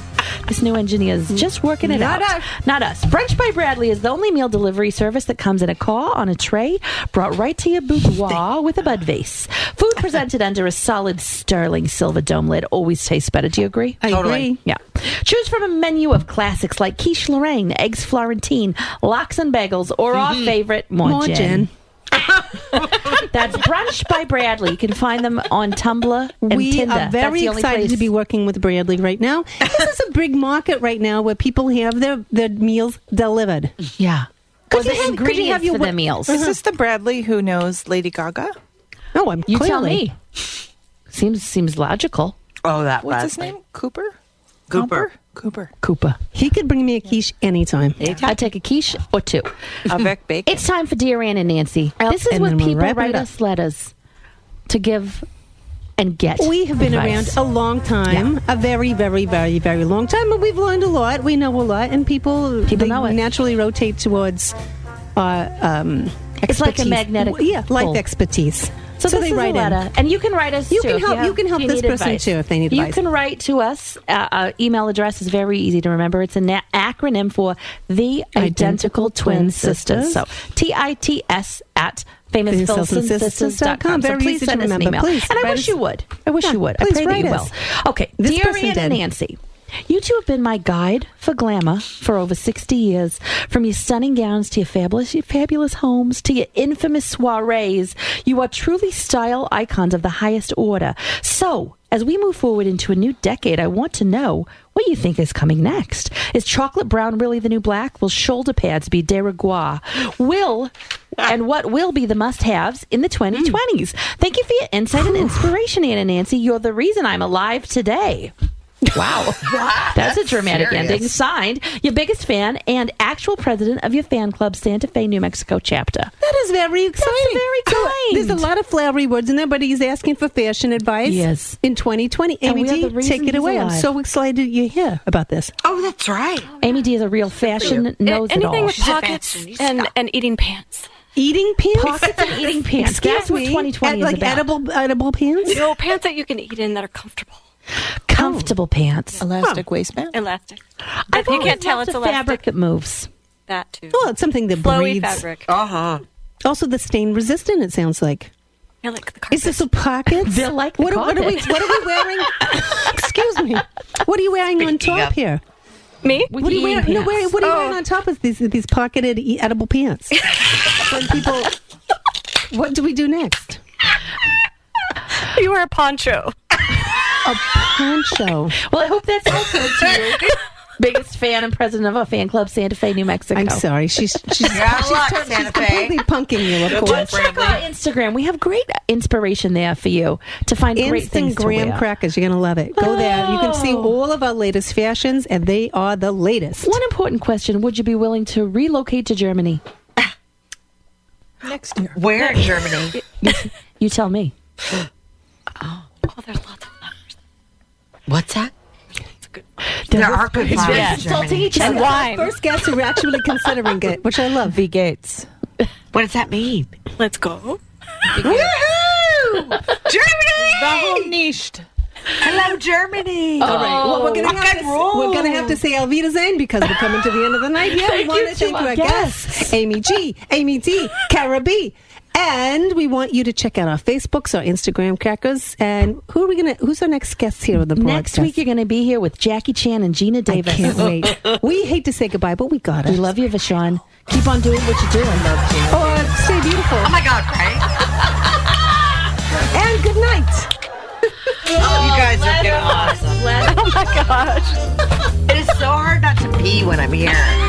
Speaker 3: This new engineer is just working it
Speaker 2: Not
Speaker 3: out.
Speaker 2: us.
Speaker 3: Not us. Brunch by Bradley is the only meal delivery service that comes in a car on a tray, brought right to your boudoir with a bud vase. Food presented under a solid sterling silver dome lid always tastes better. Do you agree?
Speaker 2: I
Speaker 5: Totally.
Speaker 2: agree.
Speaker 3: Yeah. Choose from a menu of classics like quiche Lorraine, eggs Florentine, lox and bagels, or our
Speaker 2: Mm-hmm.
Speaker 3: favorite, more,
Speaker 2: More
Speaker 3: gin.
Speaker 2: gin.
Speaker 3: That's Brunch by Bradley. You can find them on Tumblr and
Speaker 2: we
Speaker 3: Tinder.
Speaker 2: are
Speaker 3: That's
Speaker 2: very
Speaker 3: the only
Speaker 2: excited
Speaker 3: place.
Speaker 2: to be working with Bradley right now. this is a big market right now where people have their, their meals delivered.
Speaker 3: Yeah. Could you
Speaker 2: you have- could you
Speaker 3: have, ingredients
Speaker 2: have your
Speaker 3: for
Speaker 2: wa-
Speaker 3: the meals?
Speaker 4: Is this the Bradley who knows Lady Gaga?
Speaker 2: Oh, I'm
Speaker 3: You
Speaker 2: clearly.
Speaker 3: tell me. Seems seems logical.
Speaker 5: Oh, that
Speaker 4: What's
Speaker 5: was
Speaker 4: his name? Cooper.
Speaker 5: Cooper.
Speaker 4: Cooper.
Speaker 3: Koopa.
Speaker 2: He could bring me a quiche anytime.
Speaker 3: I take a quiche or two.
Speaker 4: Avec Bacon.
Speaker 3: It's time for Dear Ann and Nancy. This is
Speaker 2: Oh, And
Speaker 3: when
Speaker 2: then we'll
Speaker 3: people
Speaker 2: wrap it
Speaker 3: write
Speaker 2: up.
Speaker 3: us letters to give and get.
Speaker 2: We have been
Speaker 3: advice.
Speaker 2: around a long time, a very, very, very, very long time, and we've learned a lot. We know a lot, and people,
Speaker 3: People
Speaker 2: they
Speaker 3: know it.
Speaker 2: naturally rotate towards uh, um, expertise.
Speaker 3: It's like a magnetic
Speaker 2: Yeah, life
Speaker 3: pull.
Speaker 2: expertise.
Speaker 3: So, this is a letter, and you can write us.
Speaker 2: You
Speaker 3: too
Speaker 2: can
Speaker 3: if
Speaker 2: help-
Speaker 3: have-
Speaker 2: you can help
Speaker 3: if
Speaker 2: this
Speaker 3: need
Speaker 2: person too if they need
Speaker 3: You
Speaker 2: advice.
Speaker 3: can write to us. Uh, our email address is very easy to remember. It's an a- acronym for the Identical,
Speaker 2: Identical
Speaker 3: Twin,
Speaker 2: Twin
Speaker 3: Sisters.
Speaker 2: Sisters.
Speaker 3: So T I T S at
Speaker 2: famousfilsonsisters.com.
Speaker 3: famousfilsonsisters.com. So
Speaker 2: Very
Speaker 3: please
Speaker 2: easy to
Speaker 3: send us
Speaker 2: remember.
Speaker 3: an email.
Speaker 2: Please
Speaker 3: and I
Speaker 2: write
Speaker 3: wish
Speaker 2: us-
Speaker 3: you would. I wish
Speaker 2: Yeah,
Speaker 3: you would. I
Speaker 2: please
Speaker 3: pray that
Speaker 2: write
Speaker 3: you
Speaker 2: us.
Speaker 3: will. Okay,
Speaker 2: This
Speaker 3: dear
Speaker 2: person
Speaker 3: Ann and
Speaker 2: did.
Speaker 3: Nancy. You two have been my guide for glamour for over 60 years. From your stunning gowns to your fabulous, your fabulous homes to your infamous soirees, you are truly style icons of the highest order. So, as we move forward into a new decade, I want to know what you think is coming next. Is chocolate brown really the new black? Will shoulder pads be de rigueur? Will and what will be the must haves in the 2020s? Thank you for your insight and inspiration, Anna Nancy. You're the reason I'm alive today. Wow. That's, a dramatic ending. Signed, your biggest fan and actual president of your fan club, Santa Fe, New Mexico chapter.
Speaker 2: That is very exciting.
Speaker 3: very
Speaker 2: So,
Speaker 3: kind.
Speaker 2: There's a lot of flowery words in there, but he's asking for fashion advice.
Speaker 3: Yes.
Speaker 2: In 2020,
Speaker 3: And
Speaker 2: Amy
Speaker 3: we are
Speaker 2: D,
Speaker 3: the reason
Speaker 2: take it
Speaker 3: he's
Speaker 2: away. I'm
Speaker 3: alive.
Speaker 2: so excited you're here about this.
Speaker 5: Oh, that's right.
Speaker 3: Amy D is a real fashion knows it
Speaker 6: Anything
Speaker 3: all.
Speaker 6: with
Speaker 5: She's a
Speaker 6: pockets
Speaker 5: fashionista.
Speaker 6: and, and eating pants.
Speaker 2: Eating pants.
Speaker 3: Pockets and eating pants.
Speaker 2: Excuse
Speaker 3: That's what
Speaker 2: me.
Speaker 3: 2020
Speaker 2: Ed-
Speaker 3: is
Speaker 2: like
Speaker 3: about.
Speaker 2: edible edible pants.
Speaker 6: No, pants that you can eat in that are comfortable.
Speaker 3: Comfortable pants.
Speaker 4: Elastic waistband.
Speaker 6: Elastic.
Speaker 3: I've
Speaker 6: you
Speaker 3: always
Speaker 6: can't tell
Speaker 3: loved
Speaker 6: it's
Speaker 3: a
Speaker 6: elastic.
Speaker 3: fabric that moves.
Speaker 6: That too.
Speaker 2: Well, it's something that
Speaker 6: Flowy
Speaker 2: breathes.
Speaker 6: fabric.
Speaker 5: Uh huh.
Speaker 2: Also, the stain resistant. It sounds like.
Speaker 6: I like the carpet.
Speaker 2: Is this a pocket?
Speaker 3: They're like the
Speaker 2: what, are, what are we?
Speaker 3: carpet.
Speaker 2: What are we wearing? Excuse me. What are you wearing on
Speaker 5: Speaking
Speaker 2: top
Speaker 5: of-
Speaker 2: here?
Speaker 6: me?
Speaker 3: With
Speaker 2: What are you
Speaker 3: eating
Speaker 2: wearing? No,
Speaker 3: pants.
Speaker 2: wait, what are you wearing on top of these these pocketed e- edible pants? when people, what do we do next?
Speaker 6: You wear a poncho.
Speaker 2: A poncho.
Speaker 3: Well, I hope that's helpful to you. Biggest fan and president of a fan club, Santa Fe, New Mexico.
Speaker 2: I'm sorry. She's she's, she's,
Speaker 5: Good luck,
Speaker 2: tur- she's
Speaker 5: Santa Fe.
Speaker 2: completely punking you, of
Speaker 5: luck,
Speaker 2: course.
Speaker 5: Brad.
Speaker 3: Check out Instagram. We have great inspiration there for you to find great things
Speaker 2: Instant
Speaker 3: to wear.
Speaker 2: graham crackers. You're gonna love it. Go there. You can see
Speaker 3: Oh.
Speaker 2: all of our latest fashions, and they are the latest.
Speaker 3: One important question: Would you be willing to relocate to Germany?
Speaker 4: Next year.
Speaker 5: Where in Germany?
Speaker 3: You tell me.
Speaker 6: Oh, there's lots of flowers.
Speaker 5: What's that?
Speaker 3: Does
Speaker 5: There
Speaker 3: it-
Speaker 5: are good flowers in
Speaker 3: insulting
Speaker 5: Germany.
Speaker 3: each other.
Speaker 6: Wine.
Speaker 2: First guests who are actually considering it, which I love.
Speaker 4: V Gates.
Speaker 5: What does that mean?
Speaker 6: Let's go.
Speaker 5: Woohoo! Germany!
Speaker 4: Warum nicht?
Speaker 5: Hello, Germany.
Speaker 2: All right. Well, we're
Speaker 3: Oh,
Speaker 2: gonna
Speaker 5: Rock
Speaker 2: have
Speaker 5: and
Speaker 2: to, we're gonna have to say Alvita Zane because we're coming to the end of the night. Yeah, we
Speaker 3: Thank
Speaker 2: want
Speaker 3: you
Speaker 2: to
Speaker 3: to
Speaker 2: thank
Speaker 3: our
Speaker 2: our guests, Amy G, Amy D, Cara B, and we want you to check out our Facebooks, our Instagram crackers, and who are we gonna? Who's our next guest here on the
Speaker 3: Next
Speaker 2: broadcast?
Speaker 3: week, you're going to be here with Jackie Chan and Gina
Speaker 2: I
Speaker 3: Davis.
Speaker 2: can't wait. We hate to say goodbye, but we got it.
Speaker 3: We love you, Vashon. Keep on doing what you're doing.
Speaker 2: Oh, uh, stay beautiful
Speaker 5: Oh my God, right?
Speaker 2: and good night.
Speaker 5: you guys are getting awesome.
Speaker 6: Oh my gosh.
Speaker 5: It is so hard not to pee when I'm here.